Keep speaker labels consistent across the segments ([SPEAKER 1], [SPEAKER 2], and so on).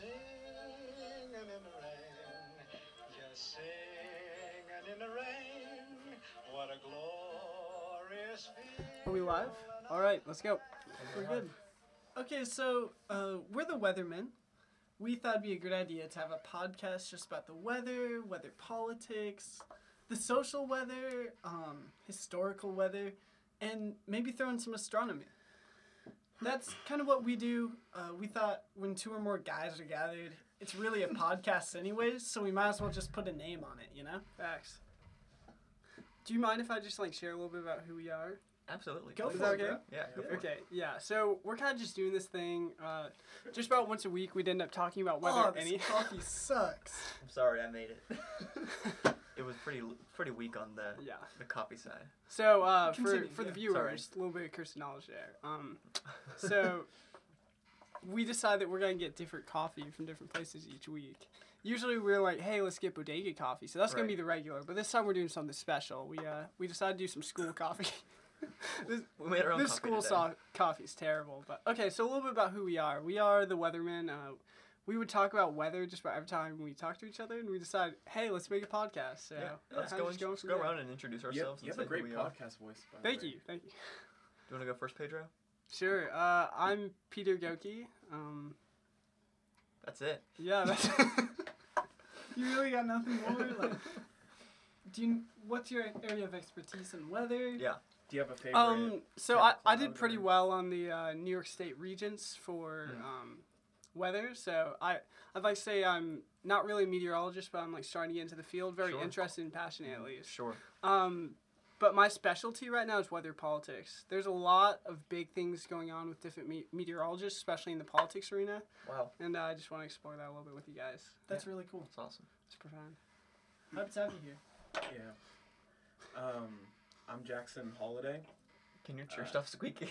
[SPEAKER 1] Singing in the rain, just singing in the rain. What a glorious
[SPEAKER 2] Are we live?
[SPEAKER 1] feeling. Oh,
[SPEAKER 2] All right, let's go. We're good. Okay, so uh, we're the Weathermen. We thought it'd be a good idea to have a podcast just about the weather, weather politics, the social weather, um, historical weather, and maybe throw in some astronomy. That's kind of what we do. Uh, we thought when two or more guys are gathered, it's really a podcast, anyways, so we might as well just put a name on it, you know?
[SPEAKER 3] Facts.
[SPEAKER 2] Do you mind if I just like share a little bit about who we are?
[SPEAKER 3] Absolutely.
[SPEAKER 2] Go
[SPEAKER 3] Is
[SPEAKER 2] for
[SPEAKER 3] that
[SPEAKER 2] it,
[SPEAKER 3] okay?
[SPEAKER 2] bro.
[SPEAKER 3] Yeah. Go for it.
[SPEAKER 2] Okay, yeah. So we're kind of just doing this thing. Uh, just about once a week, we'd end up talking about whether
[SPEAKER 3] Oh, this
[SPEAKER 2] any coffee sucks.
[SPEAKER 3] I'm sorry, I made it. it was pretty pretty weak on the
[SPEAKER 2] Yeah.
[SPEAKER 3] the copy side.
[SPEAKER 2] So uh, for
[SPEAKER 3] Continue,
[SPEAKER 2] for the
[SPEAKER 3] yeah.
[SPEAKER 2] viewers, a little bit of curse knowledge there. Um, so we decide that we're gonna get different coffee from different places each week. Usually we're like, hey, let's get bodega coffee. So that's gonna be
[SPEAKER 3] Right.
[SPEAKER 2] the regular. But this time we're doing something special. We uh, we decided to do some school coffee. this,
[SPEAKER 3] We made our own
[SPEAKER 2] this
[SPEAKER 3] copy
[SPEAKER 2] school
[SPEAKER 3] today.
[SPEAKER 2] so- coffee is terrible. But okay, so a little bit about who we are. We are the Weathermen. Uh, we would talk about weather just about every time we talk to each other, and we decided, hey, let's make a podcast. So uh,
[SPEAKER 3] Yeah. Let's
[SPEAKER 2] kinda
[SPEAKER 3] go,
[SPEAKER 2] just
[SPEAKER 3] and,
[SPEAKER 2] going
[SPEAKER 3] let's
[SPEAKER 2] from
[SPEAKER 3] go
[SPEAKER 2] there.
[SPEAKER 3] around and introduce
[SPEAKER 4] You
[SPEAKER 3] ourselves
[SPEAKER 4] have, you have
[SPEAKER 3] and
[SPEAKER 4] a
[SPEAKER 3] say
[SPEAKER 4] great
[SPEAKER 3] who we are.
[SPEAKER 4] podcast voice. By the
[SPEAKER 2] Thank
[SPEAKER 4] way.
[SPEAKER 2] you, thank you.
[SPEAKER 3] Do you want to go first, Pedro?
[SPEAKER 2] Sure. Uh, I'm Peter Goki. Um,
[SPEAKER 3] That's it.
[SPEAKER 2] yeah, that's. you really got nothing more. Like, do you? What's your area of expertise in weather?
[SPEAKER 3] Yeah.
[SPEAKER 4] Do you have a favorite?
[SPEAKER 2] Um. So
[SPEAKER 4] type
[SPEAKER 2] I,
[SPEAKER 4] of
[SPEAKER 2] I
[SPEAKER 4] cloud
[SPEAKER 2] did pretty
[SPEAKER 4] or- Mm-hmm.
[SPEAKER 2] well on the uh, New York State Regents for
[SPEAKER 3] Mm.
[SPEAKER 2] um, weather. So I I'd like to say I'm not really a meteorologist, but I'm like starting to get into the field, very
[SPEAKER 3] Sure.
[SPEAKER 2] interested and passionate
[SPEAKER 4] Mm-hmm.
[SPEAKER 2] at least.
[SPEAKER 3] Sure.
[SPEAKER 2] Um, but my specialty right now is weather politics. There's a lot of big things going on with different me- meteorologists, especially in the politics arena.
[SPEAKER 3] Wow.
[SPEAKER 2] And uh, I just want to explore that a little bit with you guys.
[SPEAKER 3] That's
[SPEAKER 2] really cool.
[SPEAKER 3] That's awesome.
[SPEAKER 2] It's profound. Happy to have you here.
[SPEAKER 4] Yeah. Um, I'm Jackson Holiday.
[SPEAKER 3] Can you your
[SPEAKER 4] Uh,
[SPEAKER 3] stuff squeaky?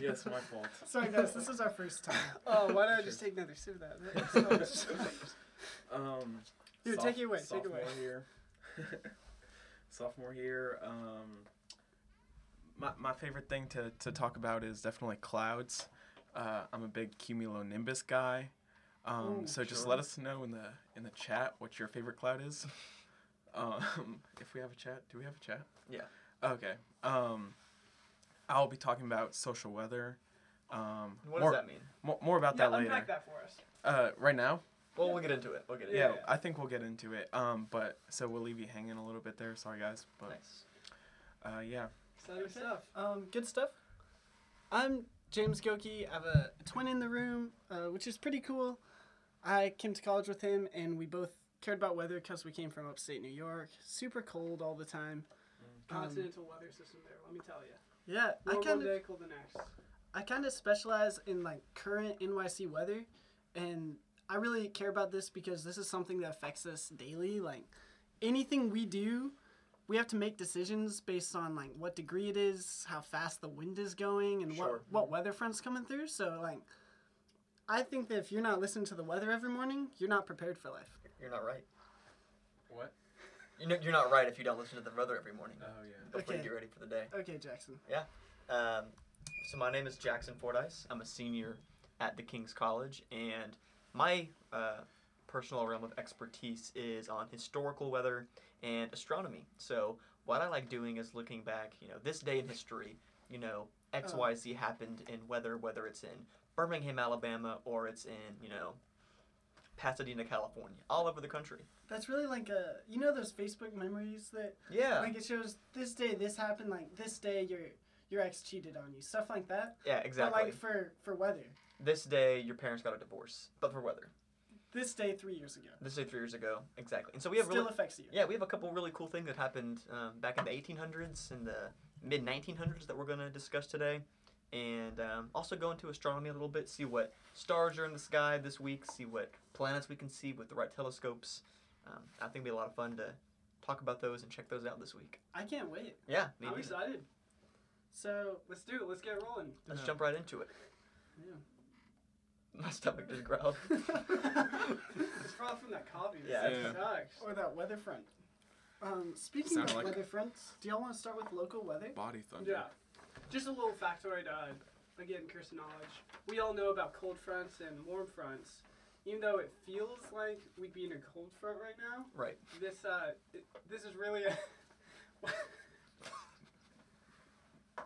[SPEAKER 4] Yes, my fault.
[SPEAKER 2] Sorry, guys, this is our first time. Oh, why don't I just
[SPEAKER 4] Sure.
[SPEAKER 2] take another sip of that?
[SPEAKER 4] Um,
[SPEAKER 2] Dude, take it away, take it
[SPEAKER 4] Sophomore
[SPEAKER 2] away.
[SPEAKER 4] here. sophomore here. Um, my, my favorite thing to, to talk about is definitely clouds. Uh, I'm a big cumulonimbus guy. Um,
[SPEAKER 2] Ooh,
[SPEAKER 4] so just
[SPEAKER 3] sure.
[SPEAKER 4] let us know in the in the chat what your favorite cloud is. Um, if we have a chat, do we have a chat?
[SPEAKER 3] Yeah.
[SPEAKER 4] Okay. Um, I'll be talking about social weather. Um,
[SPEAKER 3] what
[SPEAKER 4] more,
[SPEAKER 3] does that mean?
[SPEAKER 4] More, more about that later.
[SPEAKER 2] unpack that for us.
[SPEAKER 4] Uh, right now,
[SPEAKER 3] Well, we'll get into it. We'll get into
[SPEAKER 4] yeah,
[SPEAKER 3] it.
[SPEAKER 4] I think we'll get into it. Um, but so we'll leave you hanging a little bit there. Sorry guys, but
[SPEAKER 3] Nice.
[SPEAKER 4] uh, yeah.
[SPEAKER 2] Exciting stuff. Um, good stuff. I'm James Goki. I have a twin in the room, uh, which is pretty cool. I came to college with him, and we both cared about weather because we came from upstate New York. Super cold all the time.
[SPEAKER 5] continental weather system there. Let me tell you.
[SPEAKER 2] Um, Yeah, I
[SPEAKER 5] Warm
[SPEAKER 2] kind
[SPEAKER 5] one
[SPEAKER 2] of
[SPEAKER 5] day, cold the next.
[SPEAKER 2] I kind of specialize in like current NYC weather, and I really care about this because this is something that affects us daily. Like anything we do, we have to make decisions based on like what degree it is, how fast the wind is going, and
[SPEAKER 3] Sure.
[SPEAKER 2] what what weather front's coming through. So like, I think that if you're not listening to the weather every morning, you're not prepared for life.
[SPEAKER 3] You're not right.
[SPEAKER 4] What?
[SPEAKER 3] You know, you're not right if you don't listen to the weather every morning
[SPEAKER 4] Oh yeah.
[SPEAKER 3] before you
[SPEAKER 2] Okay.
[SPEAKER 3] get ready for the day.
[SPEAKER 2] Okay, Jackson.
[SPEAKER 3] Um, so my name is Jackson Fordyce. I'm a senior at the King's College, and my uh, personal realm of expertise is on historical weather and astronomy. So what I like doing is looking back, you know, this day in history, you know, X
[SPEAKER 2] Oh.
[SPEAKER 3] Y Z happened in weather, whether it's in Birmingham, Alabama, or it's in you know Pasadena, California, all over the country.
[SPEAKER 2] That's really like a you know those Facebook memories that
[SPEAKER 3] Yeah,
[SPEAKER 2] Like it shows this day this happened, like this day your your ex cheated on you, stuff like that.
[SPEAKER 3] yeah, exactly.
[SPEAKER 2] But like for for weather,
[SPEAKER 3] this day, your parents got a divorce, but for weather.
[SPEAKER 2] this day three years ago
[SPEAKER 3] This day three years ago, exactly. And so we have
[SPEAKER 2] still
[SPEAKER 3] really
[SPEAKER 2] affects you.
[SPEAKER 3] Yeah, we have a couple really cool things that happened um, back in the 1800s and the mid 1900s that we're going to discuss today. And um, also go into astronomy a little bit, see what stars are in the sky this week, see what planets we can see with the right telescopes. Um, I think it'll be a lot of fun to talk about those and check those out this week.
[SPEAKER 2] I can't wait.
[SPEAKER 3] Yeah, me
[SPEAKER 5] I'm
[SPEAKER 3] neither.
[SPEAKER 5] excited.
[SPEAKER 2] So
[SPEAKER 5] Let's do it. Let's get rolling.
[SPEAKER 3] let's
[SPEAKER 4] Yeah.
[SPEAKER 3] jump right into it.
[SPEAKER 2] Yeah.
[SPEAKER 3] My stomach just growled.
[SPEAKER 5] It's probably from that coffee. This
[SPEAKER 3] Yeah.
[SPEAKER 4] Yeah.
[SPEAKER 5] sucks.
[SPEAKER 2] or that weather front. Um, speaking
[SPEAKER 4] Sounded
[SPEAKER 2] of
[SPEAKER 4] like-
[SPEAKER 2] weather fronts, do y'all want to start with local weather?
[SPEAKER 4] Body thunder.
[SPEAKER 5] Yeah. Just a little factoid. Uh,
[SPEAKER 2] again, curse of knowledge. We all know about cold fronts and warm fronts. Even though it feels like we'd be in a cold front right now,
[SPEAKER 3] Right.
[SPEAKER 2] this uh, it- this is really a.
[SPEAKER 4] I'm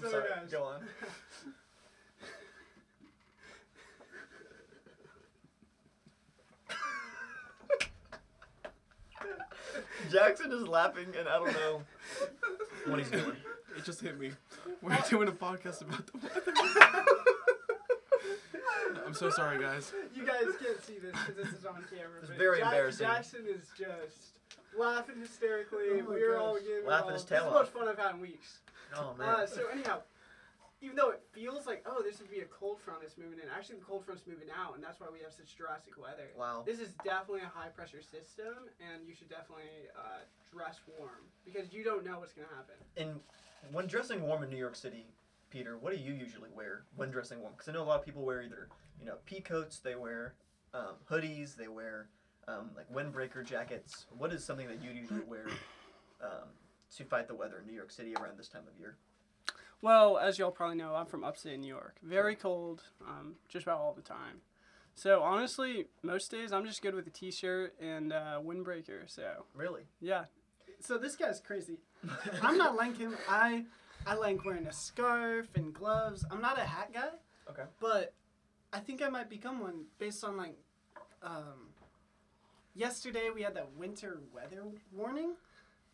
[SPEAKER 2] Sorry,
[SPEAKER 4] sorry.
[SPEAKER 2] guys.
[SPEAKER 4] Go on.
[SPEAKER 3] Jackson is laughing, and I don't know what he's doing.
[SPEAKER 4] It just hit me. We're doing a podcast about the weather. I'm so sorry, guys.
[SPEAKER 2] You guys can't see this because this is on camera.
[SPEAKER 3] It's
[SPEAKER 2] but
[SPEAKER 3] very
[SPEAKER 2] Jack-
[SPEAKER 3] embarrassing.
[SPEAKER 2] Jackson is just laughing hysterically.
[SPEAKER 5] Oh my
[SPEAKER 2] We're all
[SPEAKER 5] gosh.
[SPEAKER 2] getting
[SPEAKER 3] Laughing
[SPEAKER 2] all,
[SPEAKER 3] his
[SPEAKER 2] This
[SPEAKER 3] tail
[SPEAKER 2] is
[SPEAKER 3] off.
[SPEAKER 2] the most fun I've had in weeks.
[SPEAKER 3] Oh man.
[SPEAKER 2] Uh, so anyhow, even though it feels like oh this would be a cold front that's moving in, actually the cold front's moving out, and that's why we have such drastic weather.
[SPEAKER 3] wow.
[SPEAKER 2] This is definitely a high pressure system, and you should definitely uh, dress warm because you don't know what's gonna happen.
[SPEAKER 3] And when dressing warm in New York City, Peter, what do you usually wear when dressing warm? Because I know a lot of people wear either you know pea coats, they wear um, hoodies, they wear um, like windbreaker jackets. What is something that you usually wear um, to fight the weather in New York City around this time of year?
[SPEAKER 5] Well, as y'all probably know, I'm from upstate New York. Very cold, um, just about all the time. So honestly, most days I'm just good with a t-shirt and uh, windbreaker. So
[SPEAKER 3] Really?
[SPEAKER 5] yeah,
[SPEAKER 2] So this guy's crazy.
[SPEAKER 5] I'm not like him. I I like wearing a scarf and gloves. I'm not a hat guy.
[SPEAKER 3] Okay.
[SPEAKER 5] But I think I might become one based on like um yesterday we had that winter weather warning.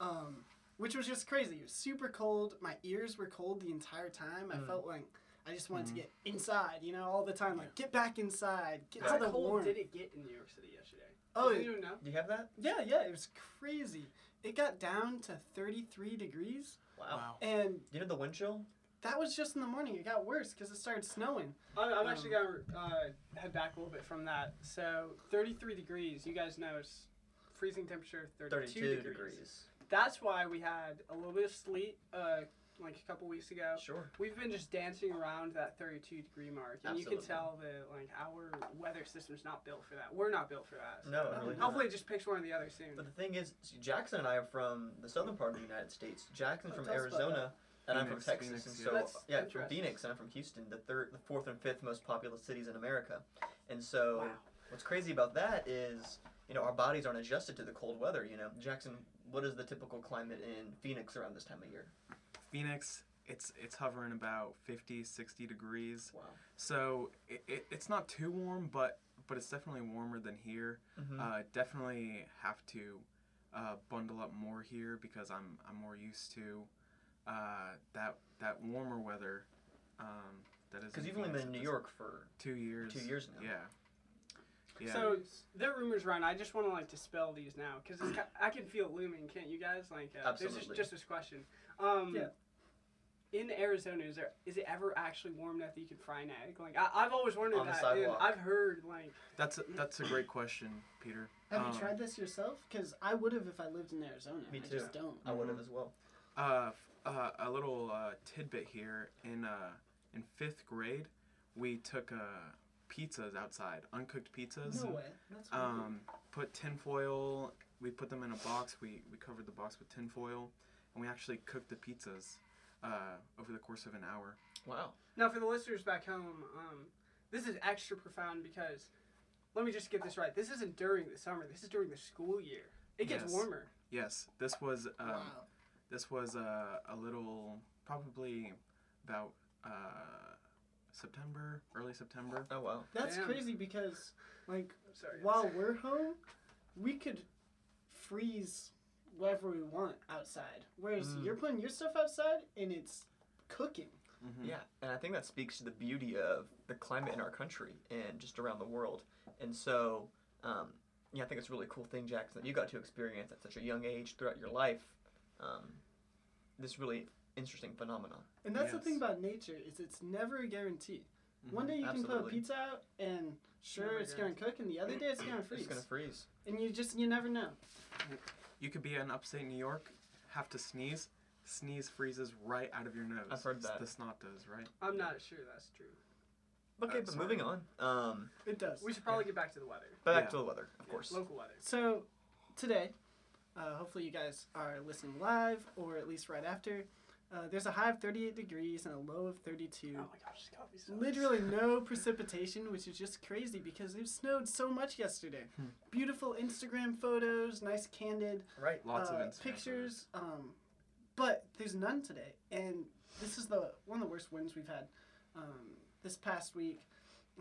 [SPEAKER 5] Um which was just crazy. It was super cold. My ears were cold the entire time. I
[SPEAKER 3] Mm.
[SPEAKER 5] felt like I just wanted to get inside, you know, all the time. Like, get back inside. Get
[SPEAKER 2] How
[SPEAKER 5] to the
[SPEAKER 2] cold
[SPEAKER 5] warm.
[SPEAKER 2] did it get in New York City yesterday?
[SPEAKER 5] Oh,
[SPEAKER 2] Does
[SPEAKER 5] it-
[SPEAKER 2] anyone know?
[SPEAKER 3] Do you have that?
[SPEAKER 5] yeah, yeah. It was crazy. It got down to 33 degrees.
[SPEAKER 3] Wow.
[SPEAKER 4] Um,
[SPEAKER 5] And
[SPEAKER 3] You know the wind chill?
[SPEAKER 5] That was just in the morning. It got worse because it started snowing.
[SPEAKER 2] I'm, I'm actually gonna
[SPEAKER 5] Um,
[SPEAKER 2] uh, head back a little bit from that. So 33 degrees, you guys know it's freezing temperature, 32, degrees. That's why we had a little bit of sleet, uh, like a couple weeks ago.
[SPEAKER 3] Sure.
[SPEAKER 2] We've been just dancing around that 32 degree mark, and you
[SPEAKER 3] Absolutely.
[SPEAKER 2] can tell that like our weather system's not built for that. We're not built for that.
[SPEAKER 3] No, it really
[SPEAKER 2] Oh, Hopefully, it just picks one or the other soon.
[SPEAKER 3] But the thing is, see, Jackson and I are from the southern part of the United States. Jackson's
[SPEAKER 5] Oh,
[SPEAKER 3] from
[SPEAKER 5] tell us about
[SPEAKER 3] Arizona, and I'm from
[SPEAKER 4] Phoenix,
[SPEAKER 3] Texas.
[SPEAKER 4] Phoenix,
[SPEAKER 3] and
[SPEAKER 4] yeah.
[SPEAKER 3] so,
[SPEAKER 2] That's
[SPEAKER 3] yeah, from
[SPEAKER 2] interesting.
[SPEAKER 3] Phoenix, and I'm from Houston, the third, the fourth, and fifth most populous cities in America. And so,
[SPEAKER 2] Wow.
[SPEAKER 3] what's crazy about that is, you know, our bodies aren't adjusted to the cold weather. You know, Jackson, what is the typical climate in Phoenix around this time of year?
[SPEAKER 4] Phoenix, it's it's hovering about 50, 60 degrees.
[SPEAKER 3] Wow.
[SPEAKER 4] So it, it, it's not too warm, but but it's definitely warmer than here.
[SPEAKER 3] Mhm.
[SPEAKER 4] Uh, definitely have to uh, bundle up more here because I'm I'm more used to uh, that that warmer weather. Um, that is
[SPEAKER 3] Because
[SPEAKER 4] in
[SPEAKER 3] you've only
[SPEAKER 4] Phoenix
[SPEAKER 3] been in
[SPEAKER 4] at
[SPEAKER 3] New
[SPEAKER 4] this-
[SPEAKER 3] York for
[SPEAKER 4] two years.
[SPEAKER 3] two years now.
[SPEAKER 4] Yeah. Yeah.
[SPEAKER 2] So there are rumors around. I just want to like dispel these now because I can feel it looming. Can't you guys? Like, uh, there's just,
[SPEAKER 3] Absolutely.
[SPEAKER 2] just this question. Um,
[SPEAKER 5] Yeah.
[SPEAKER 2] In Arizona, is there is it ever actually warm enough that you can fry an egg? Like I, I've always wondered
[SPEAKER 3] On the
[SPEAKER 2] that. and
[SPEAKER 3] sidewalk.
[SPEAKER 2] I've heard like
[SPEAKER 4] that's a, that's a great question, Peter.
[SPEAKER 5] Have
[SPEAKER 4] Um,
[SPEAKER 5] you tried this yourself? Because I would have if I lived in Arizona.
[SPEAKER 3] Me
[SPEAKER 5] I just don't.
[SPEAKER 3] I would have
[SPEAKER 4] Mhm.
[SPEAKER 3] as well.
[SPEAKER 4] Uh, f- uh, a little uh, tidbit here in uh, in fifth grade, we took uh, pizzas outside, uncooked pizzas.
[SPEAKER 5] No way. That's weird.
[SPEAKER 4] Um, put tinfoil. We put them in a box. We we covered the box with tinfoil, and we actually cooked the pizzas uh, over the course of an hour.
[SPEAKER 3] Wow.
[SPEAKER 2] now for the listeners back home. Um, this is extra profound because let me just get this right. This isn't during the summer. This is during the school year. It gets
[SPEAKER 4] Yes.
[SPEAKER 2] warmer.
[SPEAKER 4] Yes, this was um,
[SPEAKER 5] wow.
[SPEAKER 4] this was uh, a little probably about uh, September, early September.
[SPEAKER 3] Oh wow.
[SPEAKER 5] That's
[SPEAKER 2] damn.
[SPEAKER 5] crazy because, like,
[SPEAKER 2] I'm sorry.
[SPEAKER 5] while we're home, we could freeze whatever we want outside. Whereas
[SPEAKER 3] Mm.
[SPEAKER 5] you're putting your stuff outside and it's cooking.
[SPEAKER 4] Mhm.
[SPEAKER 3] Yeah, and I think that speaks to the beauty of the climate in our country and just around the world. And so, um, yeah, I think it's a really cool thing, Jackson, that you got to experience at such a young age throughout your life. Um, this really interesting phenomenon.
[SPEAKER 5] And that's the
[SPEAKER 4] Yes.
[SPEAKER 5] thing about nature is it's never a guarantee. One day you can put a
[SPEAKER 3] Absolutely.
[SPEAKER 5] pizza out and sure
[SPEAKER 2] Never
[SPEAKER 5] it's going to cook and the other day it's going to freeze.
[SPEAKER 3] It's gonna freeze.
[SPEAKER 5] And you just, you never know.
[SPEAKER 4] You could be in upstate New York, have to sneeze, sneeze freezes right out of your nose.
[SPEAKER 3] I've heard
[SPEAKER 4] S-
[SPEAKER 3] that.
[SPEAKER 4] The snot does, right?
[SPEAKER 2] I'm not sure that's true.
[SPEAKER 3] Okay,
[SPEAKER 4] Uh,
[SPEAKER 3] but
[SPEAKER 4] sorry.
[SPEAKER 3] moving on. Um,
[SPEAKER 5] It does.
[SPEAKER 2] We should probably get back to the weather.
[SPEAKER 3] back
[SPEAKER 4] Yeah.
[SPEAKER 3] to the weather, of course.
[SPEAKER 2] Local weather.
[SPEAKER 5] So, today, Uh, hopefully, you guys are listening live or at least right after. Uh, there's a high of 38 degrees and a low of 32.
[SPEAKER 2] Oh my gosh, it's gotta be so
[SPEAKER 5] Literally no precipitation, which is just crazy because it snowed so much yesterday.
[SPEAKER 3] Hmm.
[SPEAKER 5] Beautiful Instagram photos, nice candid
[SPEAKER 3] Right.
[SPEAKER 4] Lots of
[SPEAKER 5] uh,
[SPEAKER 4] Instagram
[SPEAKER 5] pictures. Um, but there's none today, and this is the one of the worst winds we've had um, this past week.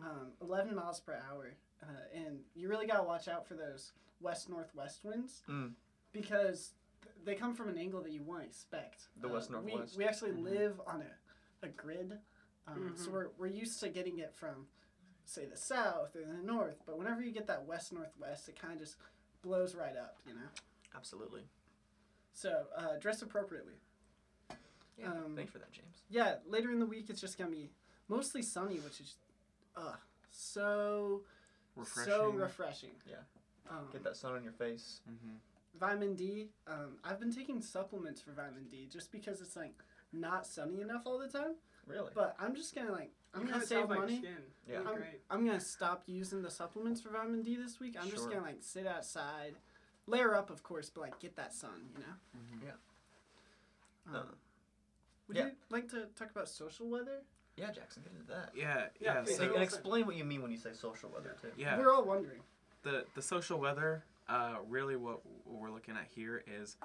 [SPEAKER 5] Um, 11 miles per hour, uh, and you really gotta watch out for those west northwest winds
[SPEAKER 3] Mm.
[SPEAKER 5] because th- they come from an angle that you won't expect. Uh,
[SPEAKER 3] The west
[SPEAKER 5] we-
[SPEAKER 3] northwest.
[SPEAKER 5] We, actually
[SPEAKER 3] Mhm.
[SPEAKER 5] live on a, a grid, um, so
[SPEAKER 2] Mhm.
[SPEAKER 5] we're we're used to getting it from, say, the south or the north. But whenever you get that west northwest, it kind of just blows right up, you know.
[SPEAKER 3] Absolutely.
[SPEAKER 5] So uh, dress appropriately.
[SPEAKER 3] Yeah.
[SPEAKER 5] Um,
[SPEAKER 3] Thanks for that, James.
[SPEAKER 5] Yeah, later in the week it's just gonna be mostly sunny, which is, uh, so
[SPEAKER 4] Refreshing.
[SPEAKER 5] so refreshing.
[SPEAKER 3] Yeah.
[SPEAKER 5] Um,
[SPEAKER 3] Get that sun on your face.
[SPEAKER 4] mm-hmm.
[SPEAKER 5] Vitamin D. Um, I've been taking supplements for vitamin D just because it's like not sunny enough all the time.
[SPEAKER 3] Really.
[SPEAKER 5] But I'm just gonna like I'm
[SPEAKER 2] You
[SPEAKER 5] gonna
[SPEAKER 2] kinda
[SPEAKER 5] save
[SPEAKER 2] sound like
[SPEAKER 5] money.
[SPEAKER 2] Skin.
[SPEAKER 3] Yeah.
[SPEAKER 2] You're
[SPEAKER 5] I'm,
[SPEAKER 2] great.
[SPEAKER 5] I'm gonna stop using the supplements for vitamin D this week. I'm just
[SPEAKER 3] Sure.
[SPEAKER 5] gonna like sit outside, layer up, of course, but like get that sun, you know.
[SPEAKER 4] Mhm.
[SPEAKER 3] Yeah.
[SPEAKER 5] Um,
[SPEAKER 3] Mm-hmm. Uh,
[SPEAKER 5] would
[SPEAKER 3] yeah.
[SPEAKER 5] you like to talk about social weather?
[SPEAKER 3] yeah, Jackson, get into that.
[SPEAKER 4] Yeah,
[SPEAKER 2] Yeah,
[SPEAKER 4] yeah.
[SPEAKER 2] please.
[SPEAKER 3] And,
[SPEAKER 4] So,
[SPEAKER 3] and explain what you mean when you say social weather too.
[SPEAKER 4] yeah.
[SPEAKER 5] We're all wondering.
[SPEAKER 4] the the social weather uh, really what, what we're looking at here is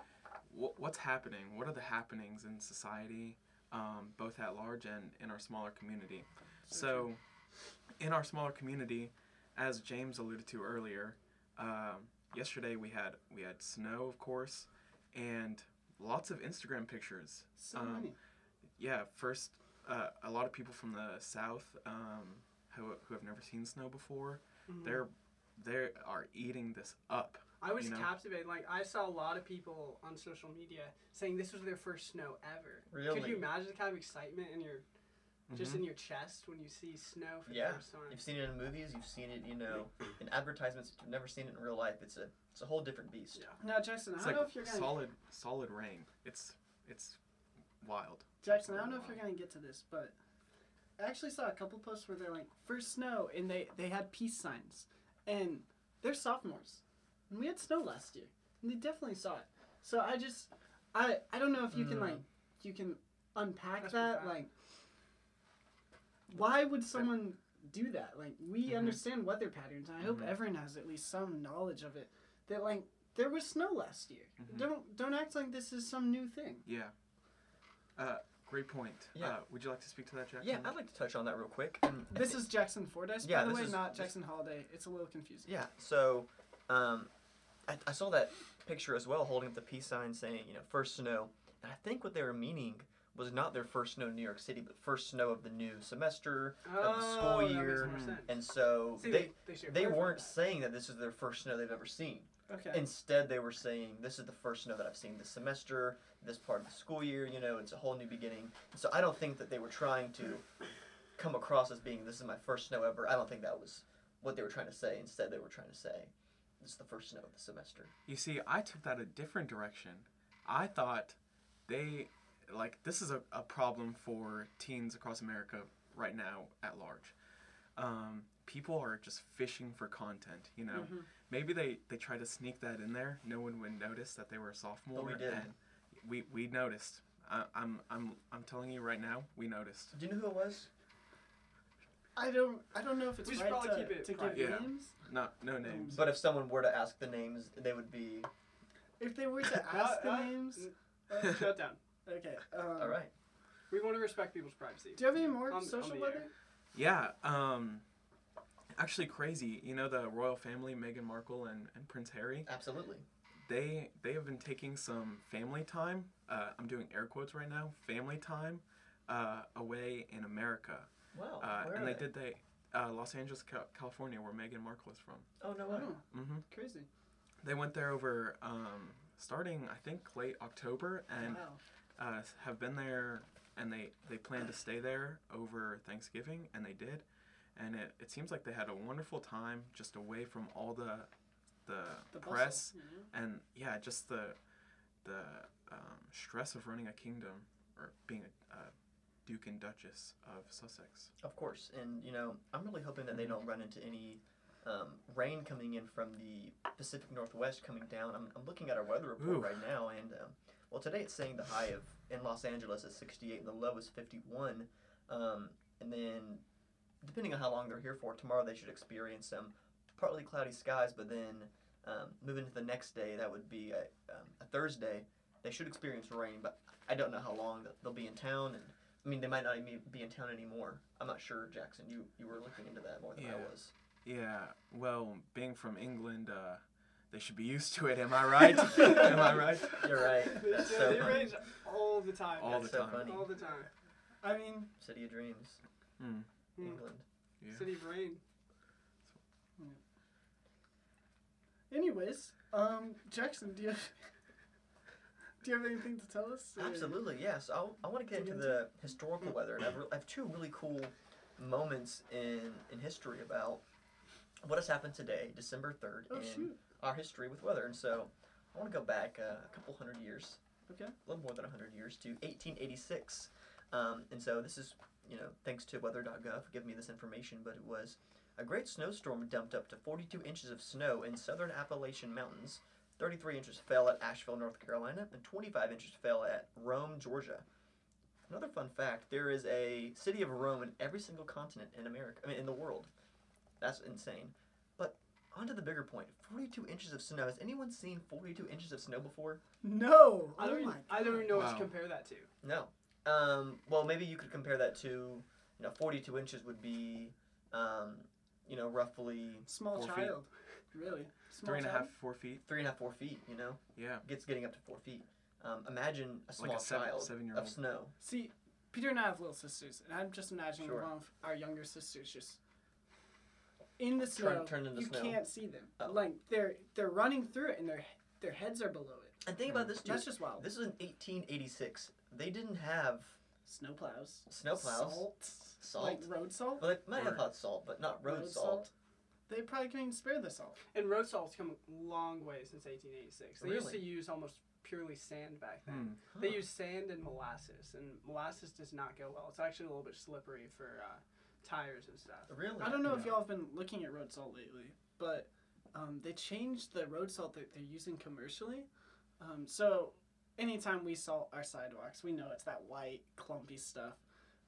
[SPEAKER 4] wh- what's happening what are the happenings in society um, both at large and in our smaller community so in our smaller community as james alluded to earlier um, yesterday we had we had snow of course and lots of instagram pictures
[SPEAKER 5] So
[SPEAKER 4] Um,
[SPEAKER 5] many.
[SPEAKER 4] yeah, first, uh, a lot of people from the south um, who, who have never seen snow before,
[SPEAKER 5] Mm-hmm.
[SPEAKER 2] Mhm.
[SPEAKER 4] they're they are eating this up.
[SPEAKER 2] I was
[SPEAKER 4] you know.
[SPEAKER 2] captivated. Like I saw a lot of people on social media saying this was their first snow ever. Could
[SPEAKER 3] Really? Mm-hmm.
[SPEAKER 2] you imagine the kind of excitement in your
[SPEAKER 4] Mm-hmm.
[SPEAKER 2] just in your chest when you see snow for
[SPEAKER 3] Yeah.
[SPEAKER 2] the first time?
[SPEAKER 3] You've seen it in movies. You've seen it, you know, in advertisements. You've never seen it in real life. It's a it's a whole different beast.
[SPEAKER 2] Yeah.
[SPEAKER 5] Now, Jackson, Uh, I
[SPEAKER 4] It's
[SPEAKER 5] don't
[SPEAKER 4] like
[SPEAKER 5] know if you're gonna
[SPEAKER 4] solid solid rain. It's it's wild.
[SPEAKER 5] Jackson, I don't know if you're gonna get to this, but I actually saw a couple posts where they're like first snow, and they they had peace signs, and they're sophomores, and we had snow last year, and they definitely saw it. So I just, I I don't know if you can
[SPEAKER 3] Mm.
[SPEAKER 5] like you can unpack
[SPEAKER 2] That's
[SPEAKER 5] that
[SPEAKER 2] profound.
[SPEAKER 5] like. Why would someone do that? Like we
[SPEAKER 4] Mhm.
[SPEAKER 5] understand weather patterns, and I hope
[SPEAKER 4] Mhm.
[SPEAKER 5] everyone has at least some knowledge of it. That like there was snow last year.
[SPEAKER 4] Mhm.
[SPEAKER 5] Don't don't act like this is some new thing.
[SPEAKER 4] Yeah. Uh, great point.
[SPEAKER 3] Yeah.
[SPEAKER 4] Uh, would you like to speak to that, Jackson?
[SPEAKER 3] Yeah, I'd like to touch on that real quick. And I
[SPEAKER 5] This
[SPEAKER 3] thi-
[SPEAKER 5] is Jackson Fordyce,
[SPEAKER 3] Yeah,
[SPEAKER 5] by the
[SPEAKER 3] this
[SPEAKER 5] way,
[SPEAKER 3] is-
[SPEAKER 5] not
[SPEAKER 3] this-
[SPEAKER 5] Jackson Holiday. It's a little confusing.
[SPEAKER 3] yeah. So, um, I, I saw that picture as well, holding up the peace sign saying, you know, first snow. And I think what they were meaning was not their first snow in New York City, but first snow of the new semester.
[SPEAKER 2] oh, that
[SPEAKER 3] school
[SPEAKER 2] makes
[SPEAKER 3] year
[SPEAKER 2] more sense.
[SPEAKER 3] And so
[SPEAKER 2] See,
[SPEAKER 3] they
[SPEAKER 2] they, should
[SPEAKER 3] they
[SPEAKER 2] learn from
[SPEAKER 3] weren't
[SPEAKER 2] that.
[SPEAKER 3] saying that this is their first snow they've ever seen.
[SPEAKER 5] Okay.
[SPEAKER 3] Instead, they were saying, "This is the first snow that I've seen this semester, this part of the school year. You know, it's a whole new beginning." So I don't think that they were trying to come across as being, "This is my first snow ever." I don't think that was what they were trying to say. Instead, they were trying to say, "This is the first snow of the semester."
[SPEAKER 4] You see, I took that a different direction. I thought they, like, this is a, a problem for teens across America right now at large. Um, people are just fishing for content, you know?
[SPEAKER 3] Mm-hmm.
[SPEAKER 4] Maybe they, they try to sneak that in there. No one would notice that they were a sophomore.
[SPEAKER 3] But we did.
[SPEAKER 4] And we, we noticed. I, I'm, I'm, I'm telling you right now, we noticed.
[SPEAKER 3] Do you know who it was?
[SPEAKER 5] I don't. I don't know if it's
[SPEAKER 2] We should
[SPEAKER 5] right
[SPEAKER 2] probably
[SPEAKER 5] to,
[SPEAKER 2] keep it
[SPEAKER 5] to give
[SPEAKER 2] private.
[SPEAKER 4] Yeah.
[SPEAKER 5] names.
[SPEAKER 4] Not, no names.
[SPEAKER 3] But if someone were to ask the names, they would be
[SPEAKER 5] If they were to
[SPEAKER 2] No,
[SPEAKER 5] ask the
[SPEAKER 2] no,
[SPEAKER 5] names.
[SPEAKER 2] Uh, Shut down.
[SPEAKER 5] Okay. Um,
[SPEAKER 3] all right.
[SPEAKER 2] We want to respect people's privacy.
[SPEAKER 5] Do you have any more
[SPEAKER 2] On- on
[SPEAKER 5] social
[SPEAKER 2] the
[SPEAKER 5] weather?
[SPEAKER 4] Yeah, um, actually crazy. You know, the royal family, Meghan Markle and, and Prince Harry?
[SPEAKER 3] Absolutely.
[SPEAKER 4] they they have been taking some family time. Uh, I'm doing air quotes right now. Family time uh, away in America,
[SPEAKER 3] Wow.
[SPEAKER 4] uh,
[SPEAKER 3] where
[SPEAKER 4] and
[SPEAKER 3] are
[SPEAKER 4] they did they uh, Los Angeles, Cal- California, where Meghan Markle is from.
[SPEAKER 3] Oh no way.
[SPEAKER 5] Oh,
[SPEAKER 4] hmm
[SPEAKER 5] crazy.
[SPEAKER 4] They went there over um, starting I think late October and
[SPEAKER 5] wow.
[SPEAKER 4] uh, have been there, and they they plan to stay there over Thanksgiving, and they did, and it, it seems like they had a wonderful time just away from all the the,
[SPEAKER 5] The bustle. mm-hmm.
[SPEAKER 4] press
[SPEAKER 2] Mhm.
[SPEAKER 4] and yeah, just the the um, stress of running a kingdom or being a, a duke and duchess of Sussex.
[SPEAKER 3] Of course, and you know, I'm really hoping that they don't run into any um, rain coming in from the Pacific Northwest coming down. I'm, I'm looking at our weather report
[SPEAKER 4] Ooh.
[SPEAKER 3] right now, and um, well, today it's saying the high of in Los Angeles is 68 and the low is 51. Um, and then, depending on how long they're here for, tomorrow they should experience some partly cloudy skies, but then um, moving to the next day, that would be a, um, a Thursday. They should experience rain, but I don't know how long that they'll be in town. And I mean, they might not even be in town anymore. I'm not sure, Jackson. You you were looking into that more than I
[SPEAKER 4] Yeah.
[SPEAKER 3] was.
[SPEAKER 4] Yeah, well, being from England, uh, they should be used to it. Am I right? am I right?
[SPEAKER 3] You're right. That's
[SPEAKER 2] Yeah,
[SPEAKER 3] so
[SPEAKER 2] it
[SPEAKER 3] funny.
[SPEAKER 2] rains all the time.
[SPEAKER 4] All
[SPEAKER 3] That's
[SPEAKER 4] the
[SPEAKER 3] so
[SPEAKER 4] time.
[SPEAKER 3] funny.
[SPEAKER 2] All the time.
[SPEAKER 5] I mean,
[SPEAKER 3] City of Dreams,
[SPEAKER 4] Hmm.
[SPEAKER 2] Mm.
[SPEAKER 3] England.
[SPEAKER 4] Yeah.
[SPEAKER 2] City of rain.
[SPEAKER 5] anyways, um, Jackson, do you have, do you have anything to tell us? or-
[SPEAKER 3] Absolutely, yes. I'll, I want to get into the historical weather, and I've re- I have two really cool moments in, in history about what has happened today, December 3rd,
[SPEAKER 5] Oh
[SPEAKER 3] in
[SPEAKER 5] shoot.
[SPEAKER 3] our history with weather. And so I want to go back uh, a couple hundred years,
[SPEAKER 5] Okay.
[SPEAKER 3] a little more than 100 years, to 1886. Um, and so this is, you know, thanks to weather.gov for giving me this information, but it was a great snowstorm dumped up to 42 inches of snow in southern Appalachian Mountains. 33 inches fell at Asheville, North Carolina, and 25 inches fell at Rome, Georgia. Another fun fact: there is a city of Rome in every single continent in America, I mean, in the world. That's insane. But onto the bigger point: 42 inches of snow. Has anyone seen 42 inches of snow before?
[SPEAKER 5] No.
[SPEAKER 2] I
[SPEAKER 5] oh
[SPEAKER 2] don't. Even,
[SPEAKER 5] my
[SPEAKER 2] I don't even know what
[SPEAKER 4] Wow.
[SPEAKER 2] to compare that to.
[SPEAKER 3] No. Um, well, maybe you could compare that to, you know, 42 inches would be, um, you know, roughly
[SPEAKER 5] Small
[SPEAKER 4] Four feet.
[SPEAKER 5] child. Really. Small
[SPEAKER 4] Three and a
[SPEAKER 5] child?
[SPEAKER 4] half, four feet.
[SPEAKER 3] three and a half, four feet. You know,
[SPEAKER 4] Yeah.
[SPEAKER 3] gets getting up to four feet. Um, imagine a small
[SPEAKER 4] like a seven,
[SPEAKER 3] child
[SPEAKER 4] seven-year-old.
[SPEAKER 3] of snow.
[SPEAKER 5] See, Peter and I have little sisters, and I'm just imagining
[SPEAKER 3] Sure.
[SPEAKER 5] one of our younger sisters just in the snow.
[SPEAKER 3] Turn- turned into
[SPEAKER 5] you
[SPEAKER 3] snow.
[SPEAKER 5] can't see them.
[SPEAKER 3] Oh.
[SPEAKER 5] Like they're they're running through it, and their their heads are below it.
[SPEAKER 3] And think
[SPEAKER 4] Hmm.
[SPEAKER 3] about this too.
[SPEAKER 5] That's just wild.
[SPEAKER 3] This is in 1886. They didn't have
[SPEAKER 5] Snow plows.
[SPEAKER 3] snow plows.
[SPEAKER 5] Salt.
[SPEAKER 3] Salt.
[SPEAKER 5] Like road salt.
[SPEAKER 3] Well, they might have
[SPEAKER 4] Or-
[SPEAKER 3] hot salt, but not road,
[SPEAKER 5] Road
[SPEAKER 3] salt.
[SPEAKER 5] They probably couldn't even spare the salt.
[SPEAKER 2] And road salt's come a long way since 1886. They used to
[SPEAKER 3] Really?
[SPEAKER 2] use almost purely sand back then.
[SPEAKER 4] Hmm.
[SPEAKER 2] They
[SPEAKER 3] Huh.
[SPEAKER 2] use sand and molasses, and molasses does not go well. It's actually a little bit slippery for uh, tires and stuff.
[SPEAKER 3] Really?
[SPEAKER 5] I don't know if
[SPEAKER 4] Yeah.
[SPEAKER 5] y'all have been looking at road salt lately, but um, they changed the road salt that they're using commercially. Um, so anytime we salt our sidewalks, we know it's that white, clumpy stuff.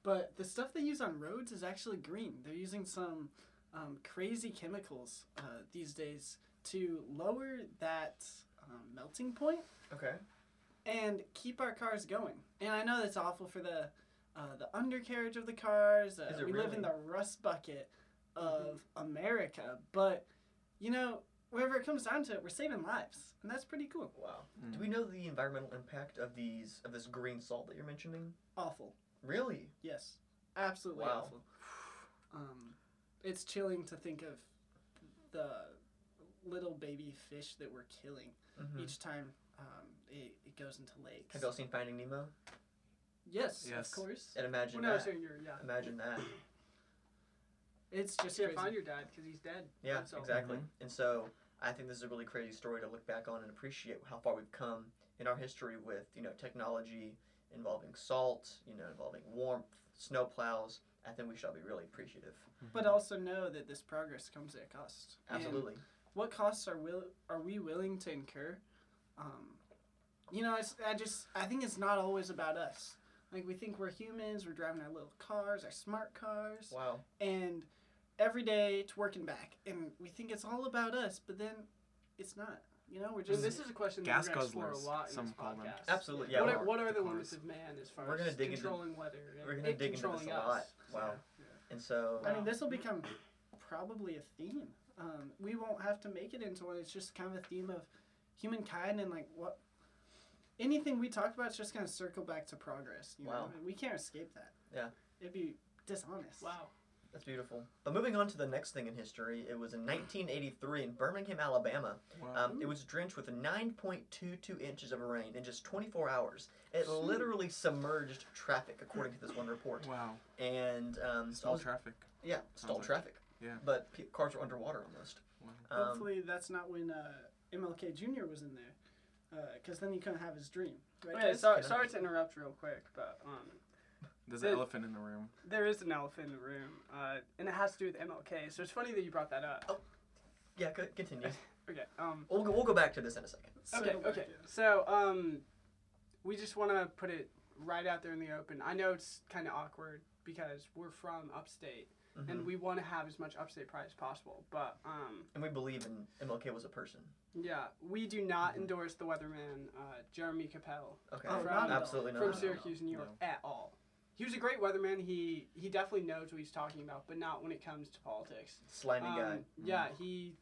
[SPEAKER 5] But the stuff they use on roads is actually green. They're using some um, crazy chemicals uh, these days to lower that um, melting point
[SPEAKER 3] Okay.
[SPEAKER 5] and keep our cars going. And I know that's awful for the uh, the undercarriage of the cars. Uh,
[SPEAKER 3] Is
[SPEAKER 5] we
[SPEAKER 3] it
[SPEAKER 5] live in
[SPEAKER 3] really? Mm-hmm.
[SPEAKER 5] the rust bucket of America, but you know, wherever it comes down to it, we're saving lives, and that's pretty cool.
[SPEAKER 3] Wow. Do
[SPEAKER 4] Mm.
[SPEAKER 3] we know the environmental impact of these of this green salt that you're mentioning?
[SPEAKER 5] Awful,
[SPEAKER 3] Really?
[SPEAKER 5] yes, absolutely
[SPEAKER 3] Wow.
[SPEAKER 5] awful. Um, it's chilling to think of the little baby fish that we're killing
[SPEAKER 3] Mhm.
[SPEAKER 5] each time um, it, it goes into lakes.
[SPEAKER 3] Have y'all seen Finding Nemo?
[SPEAKER 5] Yes,
[SPEAKER 4] Yes.
[SPEAKER 5] of course.
[SPEAKER 3] And imagine
[SPEAKER 2] When I was
[SPEAKER 3] that.
[SPEAKER 2] doing your yeah,
[SPEAKER 3] Imagine that.
[SPEAKER 5] It's just
[SPEAKER 2] yeah,
[SPEAKER 5] crazy.
[SPEAKER 2] find your dad because he's dead.
[SPEAKER 3] Yeah,
[SPEAKER 2] That's all.
[SPEAKER 3] exactly.
[SPEAKER 4] Mhm.
[SPEAKER 3] And so I think this is a really crazy story to look back on and appreciate how far we've come in our history with you know technology involving salt, you know involving warmth, snow plows. I think we shall be really appreciative.
[SPEAKER 5] but also know that this progress comes at a cost. And
[SPEAKER 3] Absolutely.
[SPEAKER 5] what costs are will are we willing to incur? Um, you know, it's, I just I think it's not always about us. Like we think we're humans, we're driving our little cars, our smart cars,
[SPEAKER 3] wow.
[SPEAKER 5] and every day it's working back, and we think it's all about us, but then it's not. You know, we're
[SPEAKER 2] And
[SPEAKER 5] just
[SPEAKER 2] this is a question that
[SPEAKER 4] Gas
[SPEAKER 2] we're gonna explore a
[SPEAKER 4] guzzlers,
[SPEAKER 2] lot in
[SPEAKER 4] some
[SPEAKER 2] this
[SPEAKER 4] call them.
[SPEAKER 2] podcast.
[SPEAKER 3] Absolutely. Yeah.
[SPEAKER 2] what,
[SPEAKER 3] we're-
[SPEAKER 2] are, what are the
[SPEAKER 4] Cars.
[SPEAKER 2] limits of man as far
[SPEAKER 3] We're gonna
[SPEAKER 2] as
[SPEAKER 3] dig into-
[SPEAKER 2] controlling weather? and-
[SPEAKER 3] We're gonna
[SPEAKER 2] and
[SPEAKER 3] dig into this
[SPEAKER 2] controlling
[SPEAKER 3] a
[SPEAKER 2] us.
[SPEAKER 3] lot. Wow. And so
[SPEAKER 5] I mean, this will become probably a theme. Um, we won't have to make it into one. It's just kind of a theme of humankind and like what anything we talk about is just going to circle back to progress. You
[SPEAKER 3] Wow.
[SPEAKER 5] know, and we can't escape that.
[SPEAKER 3] Yeah.
[SPEAKER 5] it'd be dishonest.
[SPEAKER 2] Wow.
[SPEAKER 3] that's beautiful. But moving on to the next thing in history, it was in 1983 in Birmingham, Alabama.
[SPEAKER 4] Wow.
[SPEAKER 3] Um, it was drenched with 9.22 inches of rain in just 24 hours. It literally submerged traffic, according to this one report.
[SPEAKER 4] wow.
[SPEAKER 3] And um,
[SPEAKER 4] Stall
[SPEAKER 3] also-
[SPEAKER 4] traffic.
[SPEAKER 3] Yeah, stalled
[SPEAKER 4] like-
[SPEAKER 3] traffic.
[SPEAKER 4] yeah.
[SPEAKER 3] But pe- cars were underwater almost.
[SPEAKER 4] Wow.
[SPEAKER 3] Um,
[SPEAKER 5] Hopefully, that's not when uh, MLK Jr. was in there, because then he couldn't have his dream. Right?
[SPEAKER 2] Okay,
[SPEAKER 5] guys?
[SPEAKER 2] sorry,
[SPEAKER 3] Can I-
[SPEAKER 2] sorry to interrupt real quick, but um,
[SPEAKER 4] There's an
[SPEAKER 2] Did-
[SPEAKER 4] elephant in the room.
[SPEAKER 2] there is an elephant in the room, uh, and it has to do with MLK. So it's funny that you brought that up.
[SPEAKER 3] Oh. Yeah, co- continue.
[SPEAKER 2] Okay. Um.
[SPEAKER 3] We'll go, we'll go back to this in a second.
[SPEAKER 5] So
[SPEAKER 2] Okay.
[SPEAKER 5] do I,
[SPEAKER 2] Okay.
[SPEAKER 5] yeah.
[SPEAKER 2] So um, we just want to put it right out there in the open. I know it's kind of awkward because we're from upstate
[SPEAKER 3] Mhm.
[SPEAKER 5] Mm-hmm.
[SPEAKER 2] and we want to have as much upstate pride as possible, but um.
[SPEAKER 3] And we believe in MLK was a person.
[SPEAKER 2] Yeah, we do
[SPEAKER 5] Mm-hmm.
[SPEAKER 2] not endorse the weatherman, uh, Jeremy Capel
[SPEAKER 3] Okay.
[SPEAKER 5] Oh,
[SPEAKER 2] from,
[SPEAKER 5] not at all.
[SPEAKER 3] Absolutely not.
[SPEAKER 2] from
[SPEAKER 3] No, no,
[SPEAKER 2] Syracuse,
[SPEAKER 3] no,
[SPEAKER 2] New York, at all. He was a great weatherman. He he definitely knows what he's talking about, but not when it comes to politics.
[SPEAKER 3] Slimy
[SPEAKER 2] Um,
[SPEAKER 3] guy.
[SPEAKER 2] Yeah, he.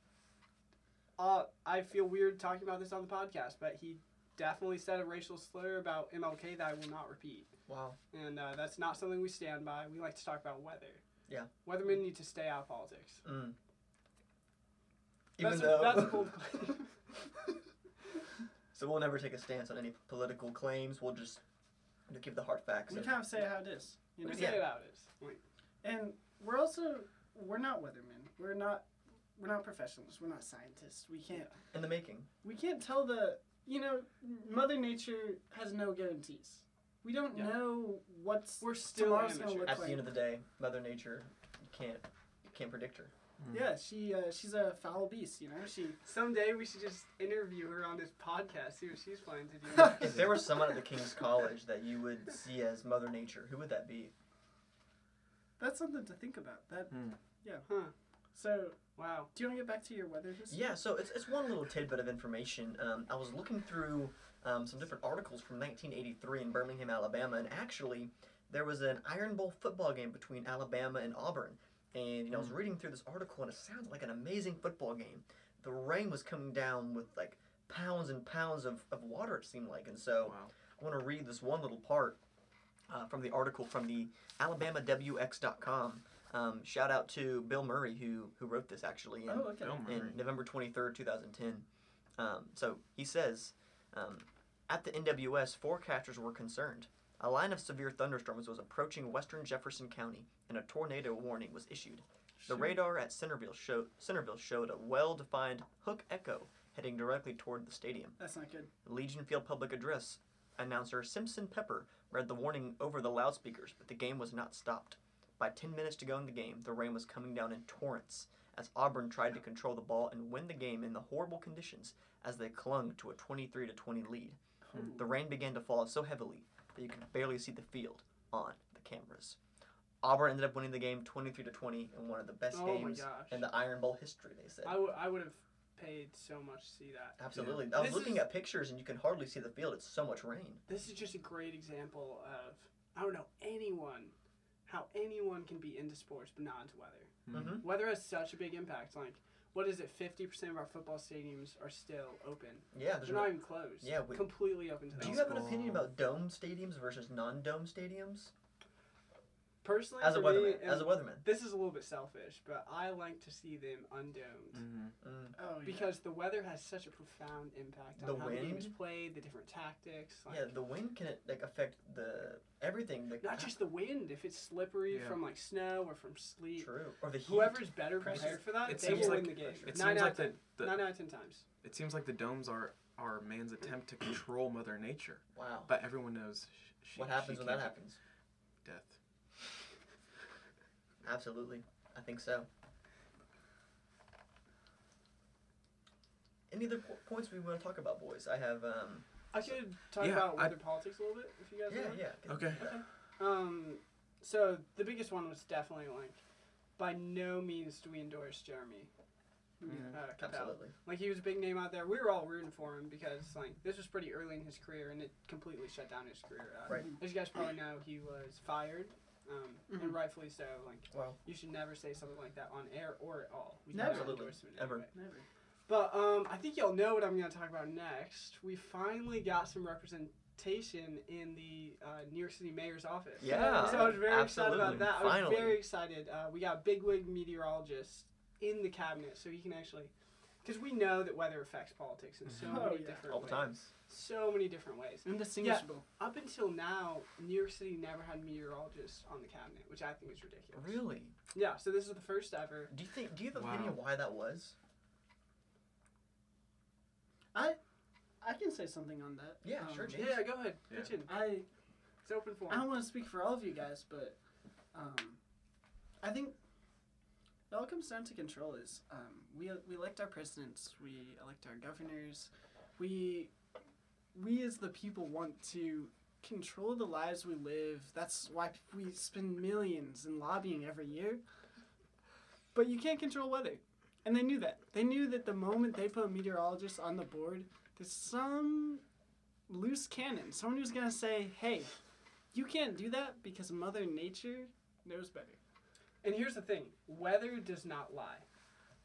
[SPEAKER 2] Uh, I feel weird talking about this on the podcast, but he definitely said a racial slur about MLK that I will not repeat,
[SPEAKER 3] Wow.
[SPEAKER 2] and uh, that's not something we stand by. We like to talk about weather.
[SPEAKER 3] Yeah.
[SPEAKER 2] weathermen need to stay out of politics.
[SPEAKER 3] Mm.
[SPEAKER 2] that's, that's a cold claim.
[SPEAKER 3] so we'll never take a stance on any political claims. We'll just we'll give the hard facts.
[SPEAKER 5] We
[SPEAKER 3] of-
[SPEAKER 5] kind of say how it is.
[SPEAKER 2] you know,
[SPEAKER 3] Yeah.
[SPEAKER 2] say it out. It's like,
[SPEAKER 5] And we're also we're not weathermen. We're not we're not professionals. We're not scientists. We can't
[SPEAKER 3] in the making.
[SPEAKER 5] we can't tell the you know Mother Nature has no guarantees. We don't
[SPEAKER 2] Yeah.
[SPEAKER 5] know what's
[SPEAKER 2] we're still
[SPEAKER 5] Tomorrow's gonna
[SPEAKER 2] amateurs.
[SPEAKER 5] look
[SPEAKER 3] At
[SPEAKER 5] like-
[SPEAKER 3] the end of the day, Mother Nature you can't you can't predict her.
[SPEAKER 5] yeah she uh, she's a foul beast. You know she
[SPEAKER 2] Someday we should just interview her on this podcast, see what she's planning to do. next.
[SPEAKER 3] if there was someone at the King's College that you would see as Mother Nature, who would that be?
[SPEAKER 5] that's something to think about. That
[SPEAKER 3] Hmm.
[SPEAKER 2] huh.
[SPEAKER 5] so
[SPEAKER 2] Wow.
[SPEAKER 5] do you want to get back to your weather? History?
[SPEAKER 3] Yeah, so it's, it's one little tidbit of information. Um, I was looking through um, some different articles from 1983 in Birmingham, Alabama, and actually there was an Iron Bowl football game between Alabama and Auburn. And you know, I was reading through this article, and it sounds like an amazing football game. The rain was coming down with like pounds and pounds of, of water, it seemed like. And so
[SPEAKER 4] Wow.
[SPEAKER 3] I want to read this one little part uh, from the article from the AlabamaWX.com. Um, shout out to Bill Murray who who wrote this actually. And
[SPEAKER 5] Oh okay.
[SPEAKER 4] Bill Murray.
[SPEAKER 3] in November 23rd, 2010. Um, so he says, um, at the NWS, forecasters were concerned. A line of severe thunderstorms was approaching western Jefferson County, and a tornado warning was issued. The radar at Centerville, show, Centerville showed a well defined hook echo heading directly toward the stadium.
[SPEAKER 5] That's not good.
[SPEAKER 3] Legion Field Public Address announcer Simpson Pepper read the warning over the loudspeakers, but the game was not stopped. By 10 minutes to go in the game, the rain was coming down in torrents as Auburn tried to control the ball and win the game in the horrible conditions as they clung to a 23 20 lead.
[SPEAKER 2] Hmm.
[SPEAKER 3] The rain began to fall so heavily that you could barely see the field on the cameras. Auburn ended up winning the game 23 20 in one of the best
[SPEAKER 2] Oh my
[SPEAKER 3] games
[SPEAKER 2] gosh.
[SPEAKER 3] in the Iron Bowl history, they said.
[SPEAKER 2] I, w- I would have paid so much to see that.
[SPEAKER 3] Absolutely. I was
[SPEAKER 2] This
[SPEAKER 3] looking
[SPEAKER 2] is-
[SPEAKER 3] at pictures and you can hardly see the field. It's so much rain.
[SPEAKER 2] This is just a great example of, I don't know, anyone, how anyone can be into sports but not into weather.
[SPEAKER 3] Mhm.
[SPEAKER 2] Weather has such a big impact. Like, what is it, 50% of our football stadiums are still open.
[SPEAKER 3] Yeah, there's
[SPEAKER 2] They're not even closed.
[SPEAKER 3] Yeah, we-
[SPEAKER 2] Completely open to
[SPEAKER 3] Do you
[SPEAKER 2] them.
[SPEAKER 3] have an opinion about dome stadiums versus non-dome stadiums?
[SPEAKER 2] Personally,
[SPEAKER 3] As a
[SPEAKER 2] for
[SPEAKER 3] weatherman,
[SPEAKER 2] me,
[SPEAKER 3] as a
[SPEAKER 2] and
[SPEAKER 3] weatherman,
[SPEAKER 2] this is a little bit selfish, but I like to see them undomed.
[SPEAKER 3] mm,
[SPEAKER 5] Oh yeah.
[SPEAKER 2] because the weather has such a profound impact on
[SPEAKER 3] The
[SPEAKER 2] how the game is
[SPEAKER 3] wind?
[SPEAKER 2] played, the different tactics. Like,
[SPEAKER 3] yeah, the wind can like affect the everything. Like
[SPEAKER 2] not just the wind. If it's slippery
[SPEAKER 4] Yeah.
[SPEAKER 2] from like snow or from sleet,
[SPEAKER 3] true or the heat.
[SPEAKER 2] whoever's better
[SPEAKER 3] Pressure.
[SPEAKER 2] prepared for that,
[SPEAKER 4] It
[SPEAKER 2] they
[SPEAKER 4] seems
[SPEAKER 2] will
[SPEAKER 4] like-
[SPEAKER 2] win the game. nine
[SPEAKER 4] It seems
[SPEAKER 2] out
[SPEAKER 4] like
[SPEAKER 2] of ten.
[SPEAKER 4] the, the
[SPEAKER 2] nine out of ten times.
[SPEAKER 4] it seems like the domes are are man's attempt to control Mother Nature,
[SPEAKER 3] wow.
[SPEAKER 4] but everyone knows sh- she,
[SPEAKER 3] what happens
[SPEAKER 4] she
[SPEAKER 3] when
[SPEAKER 4] can't
[SPEAKER 3] that happens?
[SPEAKER 4] do Death.
[SPEAKER 3] Absolutely, I think so. Any other po- points we want to talk about, boys? I have um.
[SPEAKER 2] I could talk
[SPEAKER 4] Yeah,
[SPEAKER 2] about
[SPEAKER 4] I-
[SPEAKER 2] weather politics a little bit if you guys
[SPEAKER 3] Yeah,
[SPEAKER 2] want.
[SPEAKER 3] yeah.
[SPEAKER 4] Okay.
[SPEAKER 2] Um, so the biggest one was definitely like, by no means do we endorse Jeremy.
[SPEAKER 4] Mhm.
[SPEAKER 2] Uh, Capel.
[SPEAKER 3] Absolutely.
[SPEAKER 2] Like he was a big name out there. We were all rooting for him because like this was pretty early in his career, and it completely shut down his career. Uh,
[SPEAKER 3] Right.
[SPEAKER 2] As you guys probably know, he was fired, um, and rightfully so. Like
[SPEAKER 3] Mm-hmm. Wow.
[SPEAKER 2] you should never say something like that on air or at all. We
[SPEAKER 5] Never.
[SPEAKER 2] never
[SPEAKER 3] Absolutely.
[SPEAKER 2] endorse him in any
[SPEAKER 3] Ever.
[SPEAKER 2] way.
[SPEAKER 5] Never.
[SPEAKER 2] But um, I think y'all know what I'm going to talk about next. We finally got some representation in the uh, New York City mayor's office.
[SPEAKER 3] Yeah,
[SPEAKER 2] So I was very excited
[SPEAKER 3] absolutely.
[SPEAKER 2] about that. I
[SPEAKER 3] Finally.
[SPEAKER 2] was very excited. Uh, we got bigwig meteorologist in the cabinet, so he can actually, because we know that weather affects politics in so
[SPEAKER 5] Mhm. Oh,
[SPEAKER 2] many
[SPEAKER 5] yeah.
[SPEAKER 2] different
[SPEAKER 3] All the
[SPEAKER 2] ways.
[SPEAKER 3] times.
[SPEAKER 2] So many different ways.
[SPEAKER 5] Indistinguishable.
[SPEAKER 2] Up until now, New York City never had meteorologists on the cabinet, which I think is ridiculous.
[SPEAKER 3] Really?
[SPEAKER 2] Yeah. So this is the first ever.
[SPEAKER 3] Do you think? Do you have an opinion
[SPEAKER 4] Wow.
[SPEAKER 3] why that was?
[SPEAKER 5] I can say something on that.
[SPEAKER 3] Yeah,
[SPEAKER 5] Um,
[SPEAKER 3] sure, James.
[SPEAKER 2] Yeah, go ahead.
[SPEAKER 4] Yeah.
[SPEAKER 2] Pitch in.
[SPEAKER 5] I
[SPEAKER 2] It's open for
[SPEAKER 5] I don't want to speak for all of you guys, but um, I think It all comes down to control. Is um, we we elect our presidents, we elect our governors, we we as the people want to control the lives we live. That's why we spend millions in lobbying every year. But you can't control weather, and they knew that. They knew that the moment they put a meteorologist on the board, there's some loose cannon, someone who's gonna say, "Hey, you can't do that because Mother Nature knows better."
[SPEAKER 2] And here's the thing weather does not lie,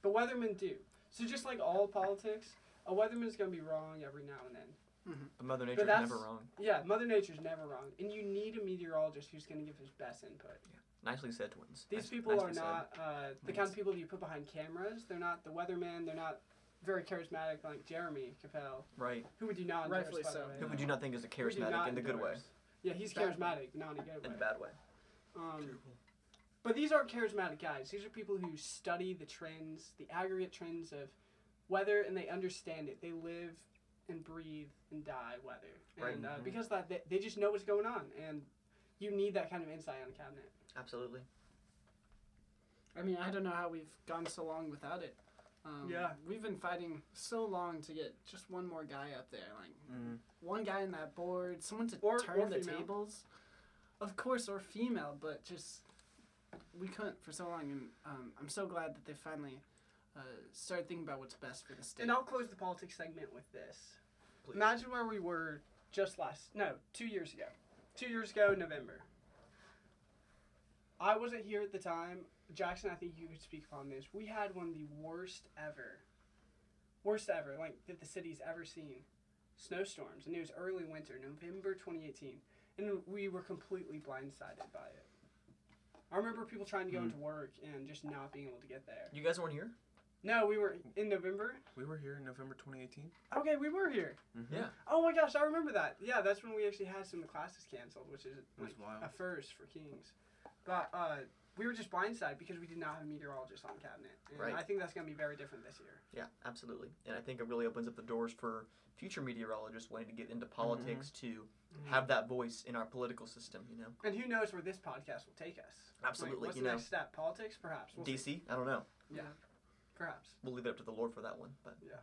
[SPEAKER 2] but weathermen do. So, just like all politics, a weatherman's going to be wrong every now and then.
[SPEAKER 3] But Mother Nature's
[SPEAKER 2] that's-
[SPEAKER 3] never wrong.
[SPEAKER 2] Yeah, Mother Nature's never wrong. And you need a meteorologist who's going to give his best input.
[SPEAKER 3] Nicely said, twins.
[SPEAKER 2] These
[SPEAKER 3] Nice-
[SPEAKER 2] people
[SPEAKER 3] nicely
[SPEAKER 2] are
[SPEAKER 3] said.
[SPEAKER 2] not uh, the kind of people that you put behind cameras. They're not the weatherman. They're not very charismatic like Jeremy Capel,
[SPEAKER 3] right.
[SPEAKER 2] who would you not endorse,
[SPEAKER 5] Rightfully
[SPEAKER 2] by the
[SPEAKER 5] so.
[SPEAKER 2] way.
[SPEAKER 3] Who would you not think is a
[SPEAKER 2] Who would you not
[SPEAKER 3] charismatic in the good way,
[SPEAKER 2] endorse? Yeah, he's
[SPEAKER 5] Bad way.
[SPEAKER 2] charismatic, not in a good
[SPEAKER 3] in
[SPEAKER 2] way.
[SPEAKER 3] a bad way?
[SPEAKER 2] Um, But these aren't charismatic guys. These are people who study the trends, the aggregate trends of weather, and they understand it. They live and breathe and die weather.
[SPEAKER 3] Right.
[SPEAKER 2] And uh,
[SPEAKER 3] Mhm.
[SPEAKER 2] because of that, they, they just know what's going on. And you need that kind of insight on a cabinet.
[SPEAKER 3] Absolutely.
[SPEAKER 5] I mean, I don't know how we've gone so long without it. Um,
[SPEAKER 2] Yeah.
[SPEAKER 5] we've been fighting so long to get just one more guy up there, like one guy in that board, someone to
[SPEAKER 2] Or-
[SPEAKER 5] turn
[SPEAKER 2] or
[SPEAKER 5] the
[SPEAKER 2] female.
[SPEAKER 5] tables. Of course, or female, but just we couldn't for so long, and um, I'm so glad that they finally uh, started thinking about what's best for the state.
[SPEAKER 2] And I'll close the politics segment with this.
[SPEAKER 3] Please.
[SPEAKER 2] Imagine where we were just last, no, two years ago. Two years ago, November. I wasn't here at the time. Jackson, I think you could speak upon this. We had one of the worst ever, worst ever, like that the city's ever seen, snowstorms. And it was early winter, November 2018. And we were completely blindsided by it. I remember people trying to go
[SPEAKER 3] Hmm.
[SPEAKER 2] into work and just not being able to get there.
[SPEAKER 3] You guys weren't here.
[SPEAKER 2] No, we were in November.
[SPEAKER 4] We were here in November 2018.
[SPEAKER 2] Okay, we were here.
[SPEAKER 3] Yeah.
[SPEAKER 2] Oh my gosh, I remember that. Yeah, that's when we actually had some of the classes canceled, which is
[SPEAKER 4] was
[SPEAKER 2] like,
[SPEAKER 4] wild.
[SPEAKER 2] a first for Kings. But uh, we were just blindsided because we did not have a meteorologist on cabinet. And
[SPEAKER 3] Right.
[SPEAKER 2] I think that's going to be very different this year.
[SPEAKER 3] Yeah, absolutely. And I think it really opens up the doors for future meteorologists wanting to get into politics
[SPEAKER 2] Mm-hmm.
[SPEAKER 3] to have that voice in our political system. You know,
[SPEAKER 2] And who knows where this podcast will take us? Like,
[SPEAKER 3] Absolutely,
[SPEAKER 2] what's
[SPEAKER 3] you
[SPEAKER 2] the
[SPEAKER 3] know.
[SPEAKER 2] next step? Politics, perhaps. We'll see.
[SPEAKER 3] DC. I don't know.
[SPEAKER 2] Perhaps.
[SPEAKER 3] We'll leave it up to the Lord for that one. But
[SPEAKER 2] Yeah.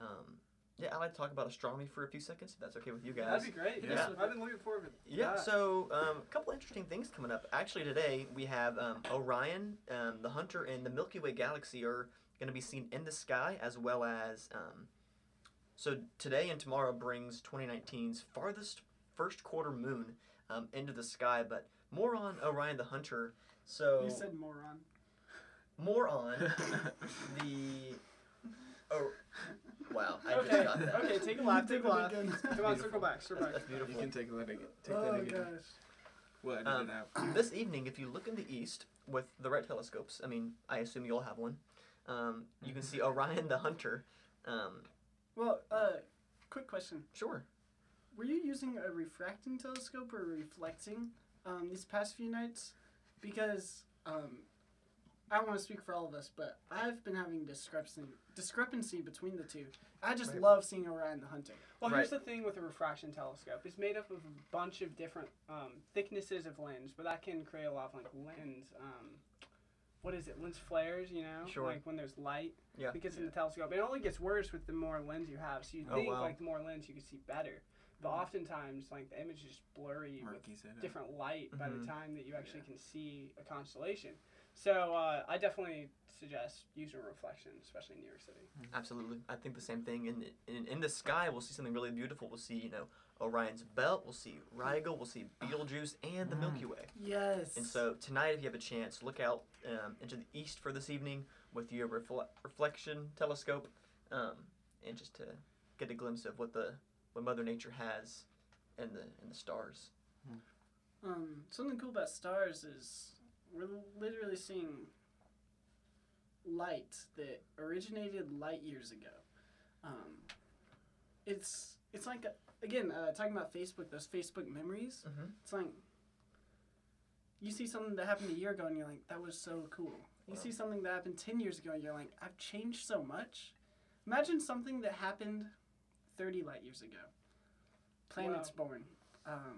[SPEAKER 3] um, yeah, I'd like to talk about astronomy for a few seconds, if that's okay with you guys.
[SPEAKER 2] That'd be great.
[SPEAKER 3] Yeah.
[SPEAKER 2] That's what I've been looking forward to.
[SPEAKER 3] Yeah,
[SPEAKER 2] that.
[SPEAKER 3] so um, a couple interesting things coming up. Actually, today we have um, Orion, um, the Hunter, and the Milky Way galaxy are going to be seen in the sky, as well as. Um, so today and tomorrow brings 2019's farthest first quarter moon um, into the sky, but more on Orion the Hunter. So
[SPEAKER 5] You said moron.
[SPEAKER 3] more on the. Oh, wow! I
[SPEAKER 2] Okay,
[SPEAKER 3] just got that.
[SPEAKER 2] okay, take a laugh, take a laugh. Come on,
[SPEAKER 4] Beautiful.
[SPEAKER 2] circle back, circle
[SPEAKER 3] That's,
[SPEAKER 2] back.
[SPEAKER 3] that's beautiful.
[SPEAKER 4] You can take that again. Take
[SPEAKER 5] Oh
[SPEAKER 4] that
[SPEAKER 5] my
[SPEAKER 4] again.
[SPEAKER 5] gosh.
[SPEAKER 4] Well, I did
[SPEAKER 3] Um,
[SPEAKER 4] it out.
[SPEAKER 3] this evening, if you look in the east with the right telescopes, I mean, I assume you'll have one. Um, you can see Orion the Hunter. Um,
[SPEAKER 5] Well, uh, quick question.
[SPEAKER 3] sure.
[SPEAKER 5] Were you using a refracting telescope or reflecting um, these past few nights? Because um, I don't want to speak for all of us, but I've been having discrepancy discrepancy between the two. I just
[SPEAKER 3] Right.
[SPEAKER 5] love seeing Orion the Hunter.
[SPEAKER 2] Well, here's the thing with a refraction telescope. It's made up of a bunch of different um, thicknesses of lens, but that can create a lot of like lens. Um, what is it? Lens flares, you know,
[SPEAKER 3] Sure.
[SPEAKER 2] like when there's light
[SPEAKER 3] Yeah.
[SPEAKER 2] that gets in the telescope. It only gets worse with the more lens you have. So you
[SPEAKER 3] Oh,
[SPEAKER 2] think
[SPEAKER 3] wow.
[SPEAKER 2] like the more lens you can see better, but oftentimes like the image is blurry with
[SPEAKER 4] Marky's it out.
[SPEAKER 2] different light by the
[SPEAKER 3] Mhm.
[SPEAKER 2] time that you actually can see a constellation. So uh, I definitely suggest using reflection, especially in New York City.
[SPEAKER 3] Absolutely. I think the same thing. And in, in the sky, we'll see something really beautiful. We'll see, you know, Orion's Belt. We'll see Rigel. We'll see Betelgeuse and the Milky Way.
[SPEAKER 5] Yes.
[SPEAKER 3] And so tonight, if you have a chance, look out um, into the east for this evening with your refle- reflection telescope, um, and just to get a glimpse of what the what Mother Nature has and the and the stars.
[SPEAKER 5] um, something cool about stars is we're literally seeing light that originated light years ago. Um, it's it's like uh, again uh, talking about Facebook, those Facebook memories.
[SPEAKER 3] Mhm.
[SPEAKER 5] It's like you see something that happened a year ago, and you're like, "That was so cool." You
[SPEAKER 3] Wow.
[SPEAKER 5] see something that happened ten years ago, and you're like, "I've changed so much." Imagine something that happened thirty light years ago. Planets born. Um,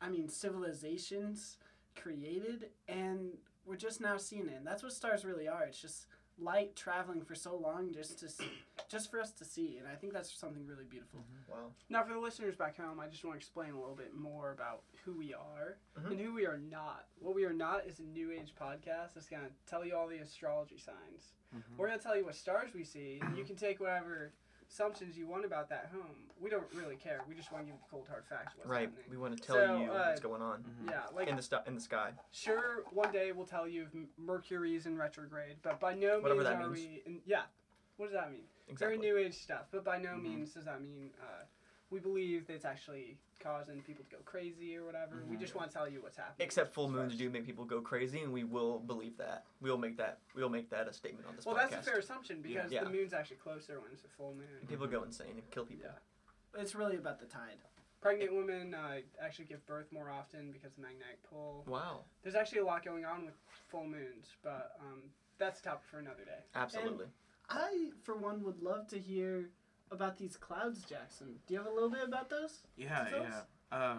[SPEAKER 5] I mean, civilizations created, and
[SPEAKER 2] we're just now seeing it. And that's what stars really are. It's just light traveling for so long just to see, just for us to see. And I think that's something really beautiful.
[SPEAKER 3] Wow.
[SPEAKER 2] Now, for the listeners back home, I just want to explain a little bit more about who we are
[SPEAKER 3] Mhm.
[SPEAKER 2] and who we are not. What we are not is a New Age podcast that's going to tell you all the astrology signs.
[SPEAKER 3] Mm-hmm.
[SPEAKER 2] We're going to tell you what stars we see, and you can take whatever assumptions you want about that home. We don't really care. We just want to give you the cold hard facts. of What's
[SPEAKER 3] Right.
[SPEAKER 2] Happening.
[SPEAKER 3] We Mm-hmm. want to tell
[SPEAKER 2] So,
[SPEAKER 3] you
[SPEAKER 2] uh,
[SPEAKER 3] what's going on
[SPEAKER 2] Yeah, like
[SPEAKER 3] in the stu- in the sky.
[SPEAKER 2] sure, one day we'll tell you if M- Mercury's in retrograde, but by no
[SPEAKER 3] Whatever
[SPEAKER 2] means
[SPEAKER 3] that
[SPEAKER 2] are
[SPEAKER 3] means.
[SPEAKER 2] we. In, yeah, what does that mean?
[SPEAKER 3] Exactly. Mm-hmm.
[SPEAKER 2] Very new age stuff, but by no
[SPEAKER 4] Mhm.
[SPEAKER 2] means does that mean uh, we believe that it's actually causing people to go crazy or whatever. We
[SPEAKER 4] Mhm.
[SPEAKER 2] just want to tell you what's happening.
[SPEAKER 3] Mm-hmm. Except full moons do make people go crazy, and we will believe that. We'll make that. We'll make that a statement on this
[SPEAKER 2] Well,
[SPEAKER 3] podcast.
[SPEAKER 2] that's a fair assumption
[SPEAKER 4] Yeah.
[SPEAKER 2] because
[SPEAKER 3] Yeah.
[SPEAKER 2] the moon's actually closer when it's a full moon.
[SPEAKER 3] And people go insane and kill people.
[SPEAKER 2] Mm-hmm. Yeah.
[SPEAKER 5] It's really about the tide.
[SPEAKER 2] Pregnant women uh, actually give birth more often because of the magnetic pull.
[SPEAKER 3] Wow.
[SPEAKER 2] There's actually a lot going on with full moons, but um, that's a topic for another day.
[SPEAKER 3] Absolutely.
[SPEAKER 5] I, for one, would love to hear about these clouds, Jackson. Do you have a little bit about those?
[SPEAKER 4] Yeah,
[SPEAKER 5] Those?
[SPEAKER 4] yeah. Uh,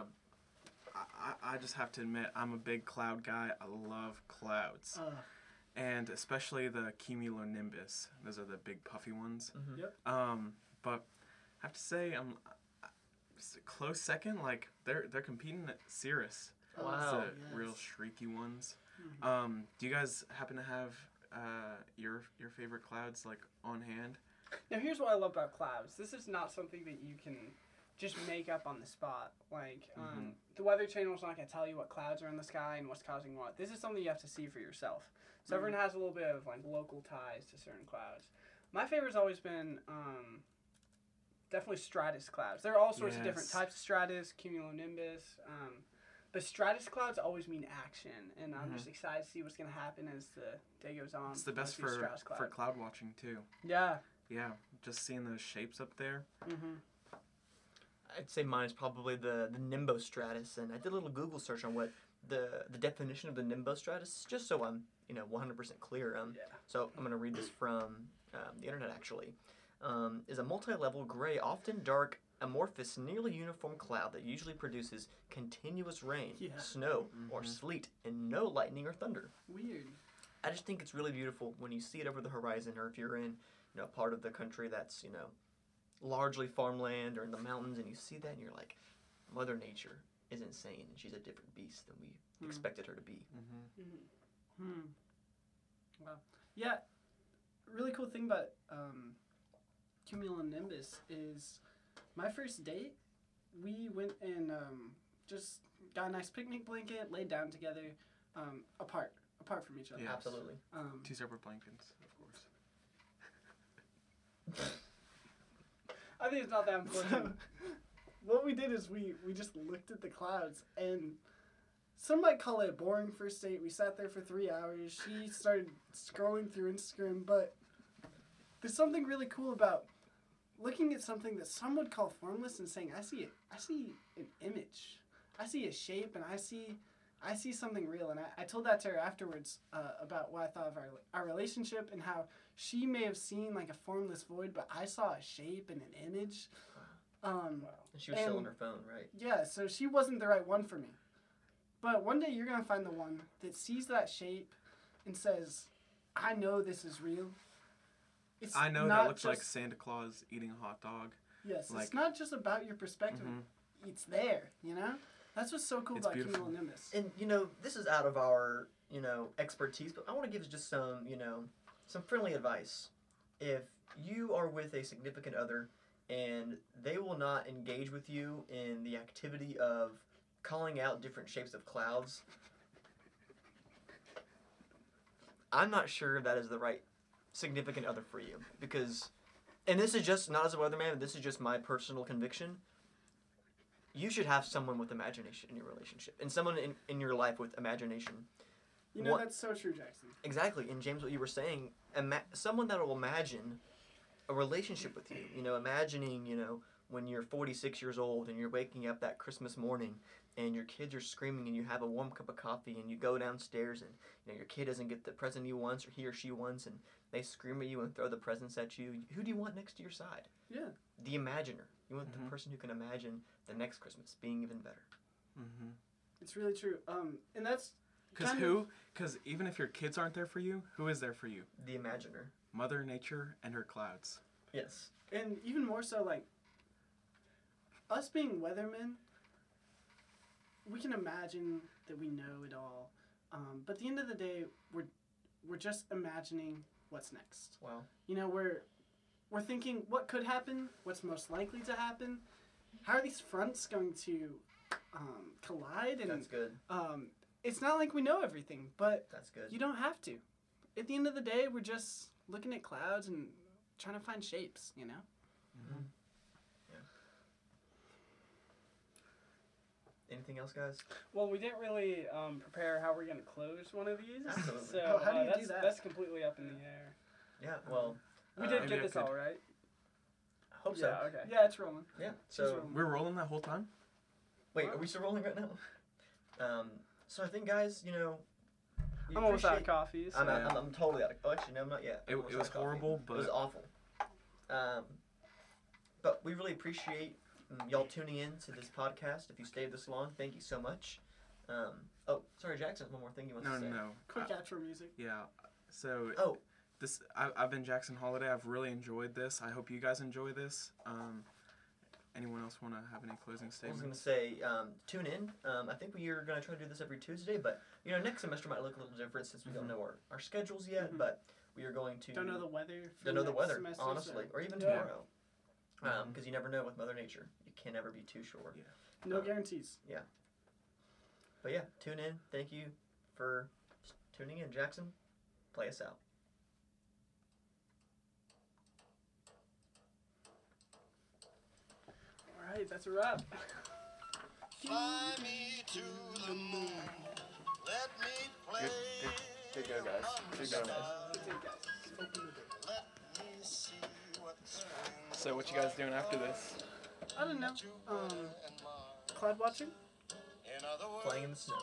[SPEAKER 4] I, I- I just have to admit, I'm a big cloud guy. I love clouds.
[SPEAKER 5] Uh,
[SPEAKER 4] and especially the cumulonimbus. Those are the big puffy ones.
[SPEAKER 3] Mhm.
[SPEAKER 5] Yep.
[SPEAKER 4] Um, but I have to say, I'm it's a close second. Like they're they're competing at Cirrus. It's
[SPEAKER 3] Wow.
[SPEAKER 4] the real
[SPEAKER 5] yes. Mm-hmm.
[SPEAKER 4] shrieky ones. Um, do you guys happen to have uh, your your favorite clouds like on hand?
[SPEAKER 2] Now, here's what I love about clouds. This is not something that you can just make up on the spot. Like, um,
[SPEAKER 4] Mm-hmm.
[SPEAKER 2] the Weather Channel's not going to tell you what clouds are in the sky and what's causing what. This is something you have to see for yourself. So
[SPEAKER 4] Mm-hmm.
[SPEAKER 2] everyone has a little bit of like local ties to certain clouds. My favorite's always been um, definitely stratus clouds. There are all sorts of different
[SPEAKER 4] Yes.
[SPEAKER 2] types of stratus, cumulonimbus. Um, but stratus clouds always mean action, and I'm
[SPEAKER 4] Mhm.
[SPEAKER 2] just excited to see what's going to happen as the day goes
[SPEAKER 5] Um,
[SPEAKER 2] on.
[SPEAKER 4] It's the
[SPEAKER 2] with
[SPEAKER 4] best
[SPEAKER 2] these
[SPEAKER 4] for
[SPEAKER 2] stratus
[SPEAKER 4] for
[SPEAKER 2] clouds.
[SPEAKER 4] cloud watching too.
[SPEAKER 2] yeah.
[SPEAKER 4] Yeah, just seeing those shapes up there.
[SPEAKER 2] hmm
[SPEAKER 3] I'd say mine is probably the the nimbostratus, and I did a little Google search on what the the definition of the nimbostratus, just so I'm you know 100% clear. Um,
[SPEAKER 2] Yeah.
[SPEAKER 3] So I'm gonna read this from um, the internet actually. Um, is a multi-level gray, often dark, amorphous, nearly uniform cloud that usually produces continuous rain,
[SPEAKER 5] Yeah.
[SPEAKER 3] snow, or
[SPEAKER 4] Mhm.
[SPEAKER 3] sleet, and no lightning or thunder.
[SPEAKER 5] Weird.
[SPEAKER 3] I just think it's really beautiful when you see it over the horizon, or if you're in, you know, a part of the country that's you know, largely farmland or in the mountains, and you see that, and you're like, Mother Nature is insane, and she's a different beast than we
[SPEAKER 5] Hmm.
[SPEAKER 3] expected her to be.
[SPEAKER 4] Mm-hmm.
[SPEAKER 5] Hmm. Wow. Yeah. Really cool thing about um, cumulonimbus is my first date. We went and um, just got a nice picnic blanket, laid down together, um, apart, apart from each other.
[SPEAKER 4] Yes. Yeah.
[SPEAKER 3] Absolutely.
[SPEAKER 5] Um,
[SPEAKER 4] Two separate blankets, of course.
[SPEAKER 2] I think it's not that important.
[SPEAKER 5] so, what we did is we we just looked at the clouds and some might call it a boring first date. We sat there for three hours. She started scrolling through Instagram, but there's something really cool about looking at something that some would call formless and saying, "I see it. I see an image. I see a shape, and I see." I see something real, and I, I told that to her afterwards uh, about what I thought of our, our relationship and how she may have seen like a formless void, but I saw a shape and an image. Um,
[SPEAKER 3] And she was still on
[SPEAKER 5] And-
[SPEAKER 3] her phone, right?
[SPEAKER 5] yeah, so she wasn't the right one for me. But one day you're going to find the one that sees that shape and says, I know this is real. It's
[SPEAKER 4] I know
[SPEAKER 5] not
[SPEAKER 4] that looks like
[SPEAKER 5] just-
[SPEAKER 4] Santa Claus eating a hot dog.
[SPEAKER 5] Yes,
[SPEAKER 4] like-
[SPEAKER 5] it's not just about your perspective.
[SPEAKER 4] Mhm.
[SPEAKER 5] It's there, you know? That's what's so cool
[SPEAKER 4] It's
[SPEAKER 5] about
[SPEAKER 4] beautiful.
[SPEAKER 5] cumulonimbus.
[SPEAKER 3] and you know this is out of our you know expertise but i want to give just some you know some friendly advice if you are with a significant other and they will not engage with you in the activity of calling out different shapes of clouds i'm not sure if that is the right significant other for you because and this is just not as a weatherman this is just my personal conviction you should have someone with imagination in your relationship and someone in, in your life with imagination
[SPEAKER 5] You know,
[SPEAKER 3] What-
[SPEAKER 5] that's so true, Jackson.
[SPEAKER 3] exactly and james what you were saying ima- someone that will imagine a relationship with you you know imagining you know when you're 46 years old and you're waking up that christmas morning and your kids are screaming and you have a warm cup of coffee and you go downstairs and you know your kid doesn't get the present he wants or he or she wants and they scream at you and throw the presents at you who do you want next to your side
[SPEAKER 5] Yeah.
[SPEAKER 3] the imaginer you want
[SPEAKER 4] Mhm.
[SPEAKER 3] the person who can imagine the next christmas being even better
[SPEAKER 4] Mm-hmm.
[SPEAKER 5] It's really true. Um, and that's
[SPEAKER 4] Because
[SPEAKER 2] Kind of.
[SPEAKER 4] who? Because even if your kids aren't there for you, who is there for you?
[SPEAKER 3] The Imaginer.
[SPEAKER 4] Mother Nature and her clouds.
[SPEAKER 3] Yes.
[SPEAKER 2] and even more so like us being weathermen we can imagine that we know it all um, but at the end of the day we're we're just imagining what's next
[SPEAKER 3] Wow.
[SPEAKER 2] you know we're we're thinking what could happen what's most likely to happen how are these fronts going to um, collide and
[SPEAKER 3] That's good.
[SPEAKER 2] um, it's not like we know everything but
[SPEAKER 3] That's good.
[SPEAKER 2] you don't have to. At the end of the day, we're just looking at clouds and trying to find shapes, you know?
[SPEAKER 3] Anything else, guys?
[SPEAKER 5] Well, we didn't really um, prepare how we're going to close one of these.
[SPEAKER 3] Absolutely.
[SPEAKER 5] So
[SPEAKER 2] Oh, how do
[SPEAKER 5] uh,
[SPEAKER 2] you do
[SPEAKER 5] that's,
[SPEAKER 2] that?
[SPEAKER 5] that's completely up in the air.
[SPEAKER 3] Yeah. Well,
[SPEAKER 5] We
[SPEAKER 3] Uh,
[SPEAKER 5] did
[SPEAKER 4] maybe
[SPEAKER 5] get
[SPEAKER 4] I
[SPEAKER 5] this
[SPEAKER 4] could-
[SPEAKER 5] all right.
[SPEAKER 3] I hope
[SPEAKER 5] yeah,
[SPEAKER 3] so.
[SPEAKER 5] okay.
[SPEAKER 2] Yeah, it's rolling.
[SPEAKER 3] Yeah. So
[SPEAKER 2] rolling.
[SPEAKER 4] We're rolling that whole time.
[SPEAKER 3] wait, are we still rolling right now? Um. So I think, guys, you know. we
[SPEAKER 5] I'm almost out of
[SPEAKER 3] appreciate-
[SPEAKER 5] coffee. So.
[SPEAKER 3] I'm,
[SPEAKER 4] Yeah.
[SPEAKER 3] I'm, I'm totally out of. Oh, actually, no, I'm not yet.
[SPEAKER 4] It-
[SPEAKER 3] I'm almost
[SPEAKER 4] it
[SPEAKER 3] out
[SPEAKER 4] was
[SPEAKER 3] of coffee.
[SPEAKER 4] horrible,
[SPEAKER 3] it was
[SPEAKER 4] but-
[SPEAKER 3] awful. Um, but we really appreciate um, y'all tuning in to this podcast. If you stayed this long, thank you so much. Um, oh, sorry, Jackson. One more thing you want
[SPEAKER 4] No,
[SPEAKER 3] to say?
[SPEAKER 4] no, no.
[SPEAKER 2] Quick
[SPEAKER 4] Uh,
[SPEAKER 2] outro music.
[SPEAKER 4] yeah. So
[SPEAKER 3] Oh,
[SPEAKER 4] this I, I've been Jackson Holiday. I've really enjoyed this. I hope you guys enjoy this. Um, anyone else want to have any closing
[SPEAKER 3] I was
[SPEAKER 4] statements?
[SPEAKER 3] going to say, um, tune in. Um, I think we are going to try to do this every Tuesday, but you know, next semester might look a little different since we don't know our, our schedules yet.
[SPEAKER 2] Mhm.
[SPEAKER 3] But we are going to
[SPEAKER 2] Mm-hmm. Don't know the weather. for
[SPEAKER 3] don't know the
[SPEAKER 2] next
[SPEAKER 3] weather,
[SPEAKER 2] semester, so-
[SPEAKER 3] honestly, or even
[SPEAKER 2] Yeah.
[SPEAKER 3] tomorrow, because
[SPEAKER 4] Mhm.
[SPEAKER 3] you never know with Mother Nature. You can never be too sure.
[SPEAKER 2] No guarantees.
[SPEAKER 3] But yeah, tune in. Thank you for s- tuning in, Jackson. Play us out.
[SPEAKER 2] All right, that's a wrap.
[SPEAKER 1] Fly me to the moon. Let me play. Good, go, guys. Good go, guys.
[SPEAKER 2] That's it, guys. Open the door.
[SPEAKER 1] Let me see what spring
[SPEAKER 4] So what you guys doing after this?
[SPEAKER 2] I don't know. Um,
[SPEAKER 1] and Mars.
[SPEAKER 2] cloud watching?
[SPEAKER 1] In other words,
[SPEAKER 3] Playing in the snow.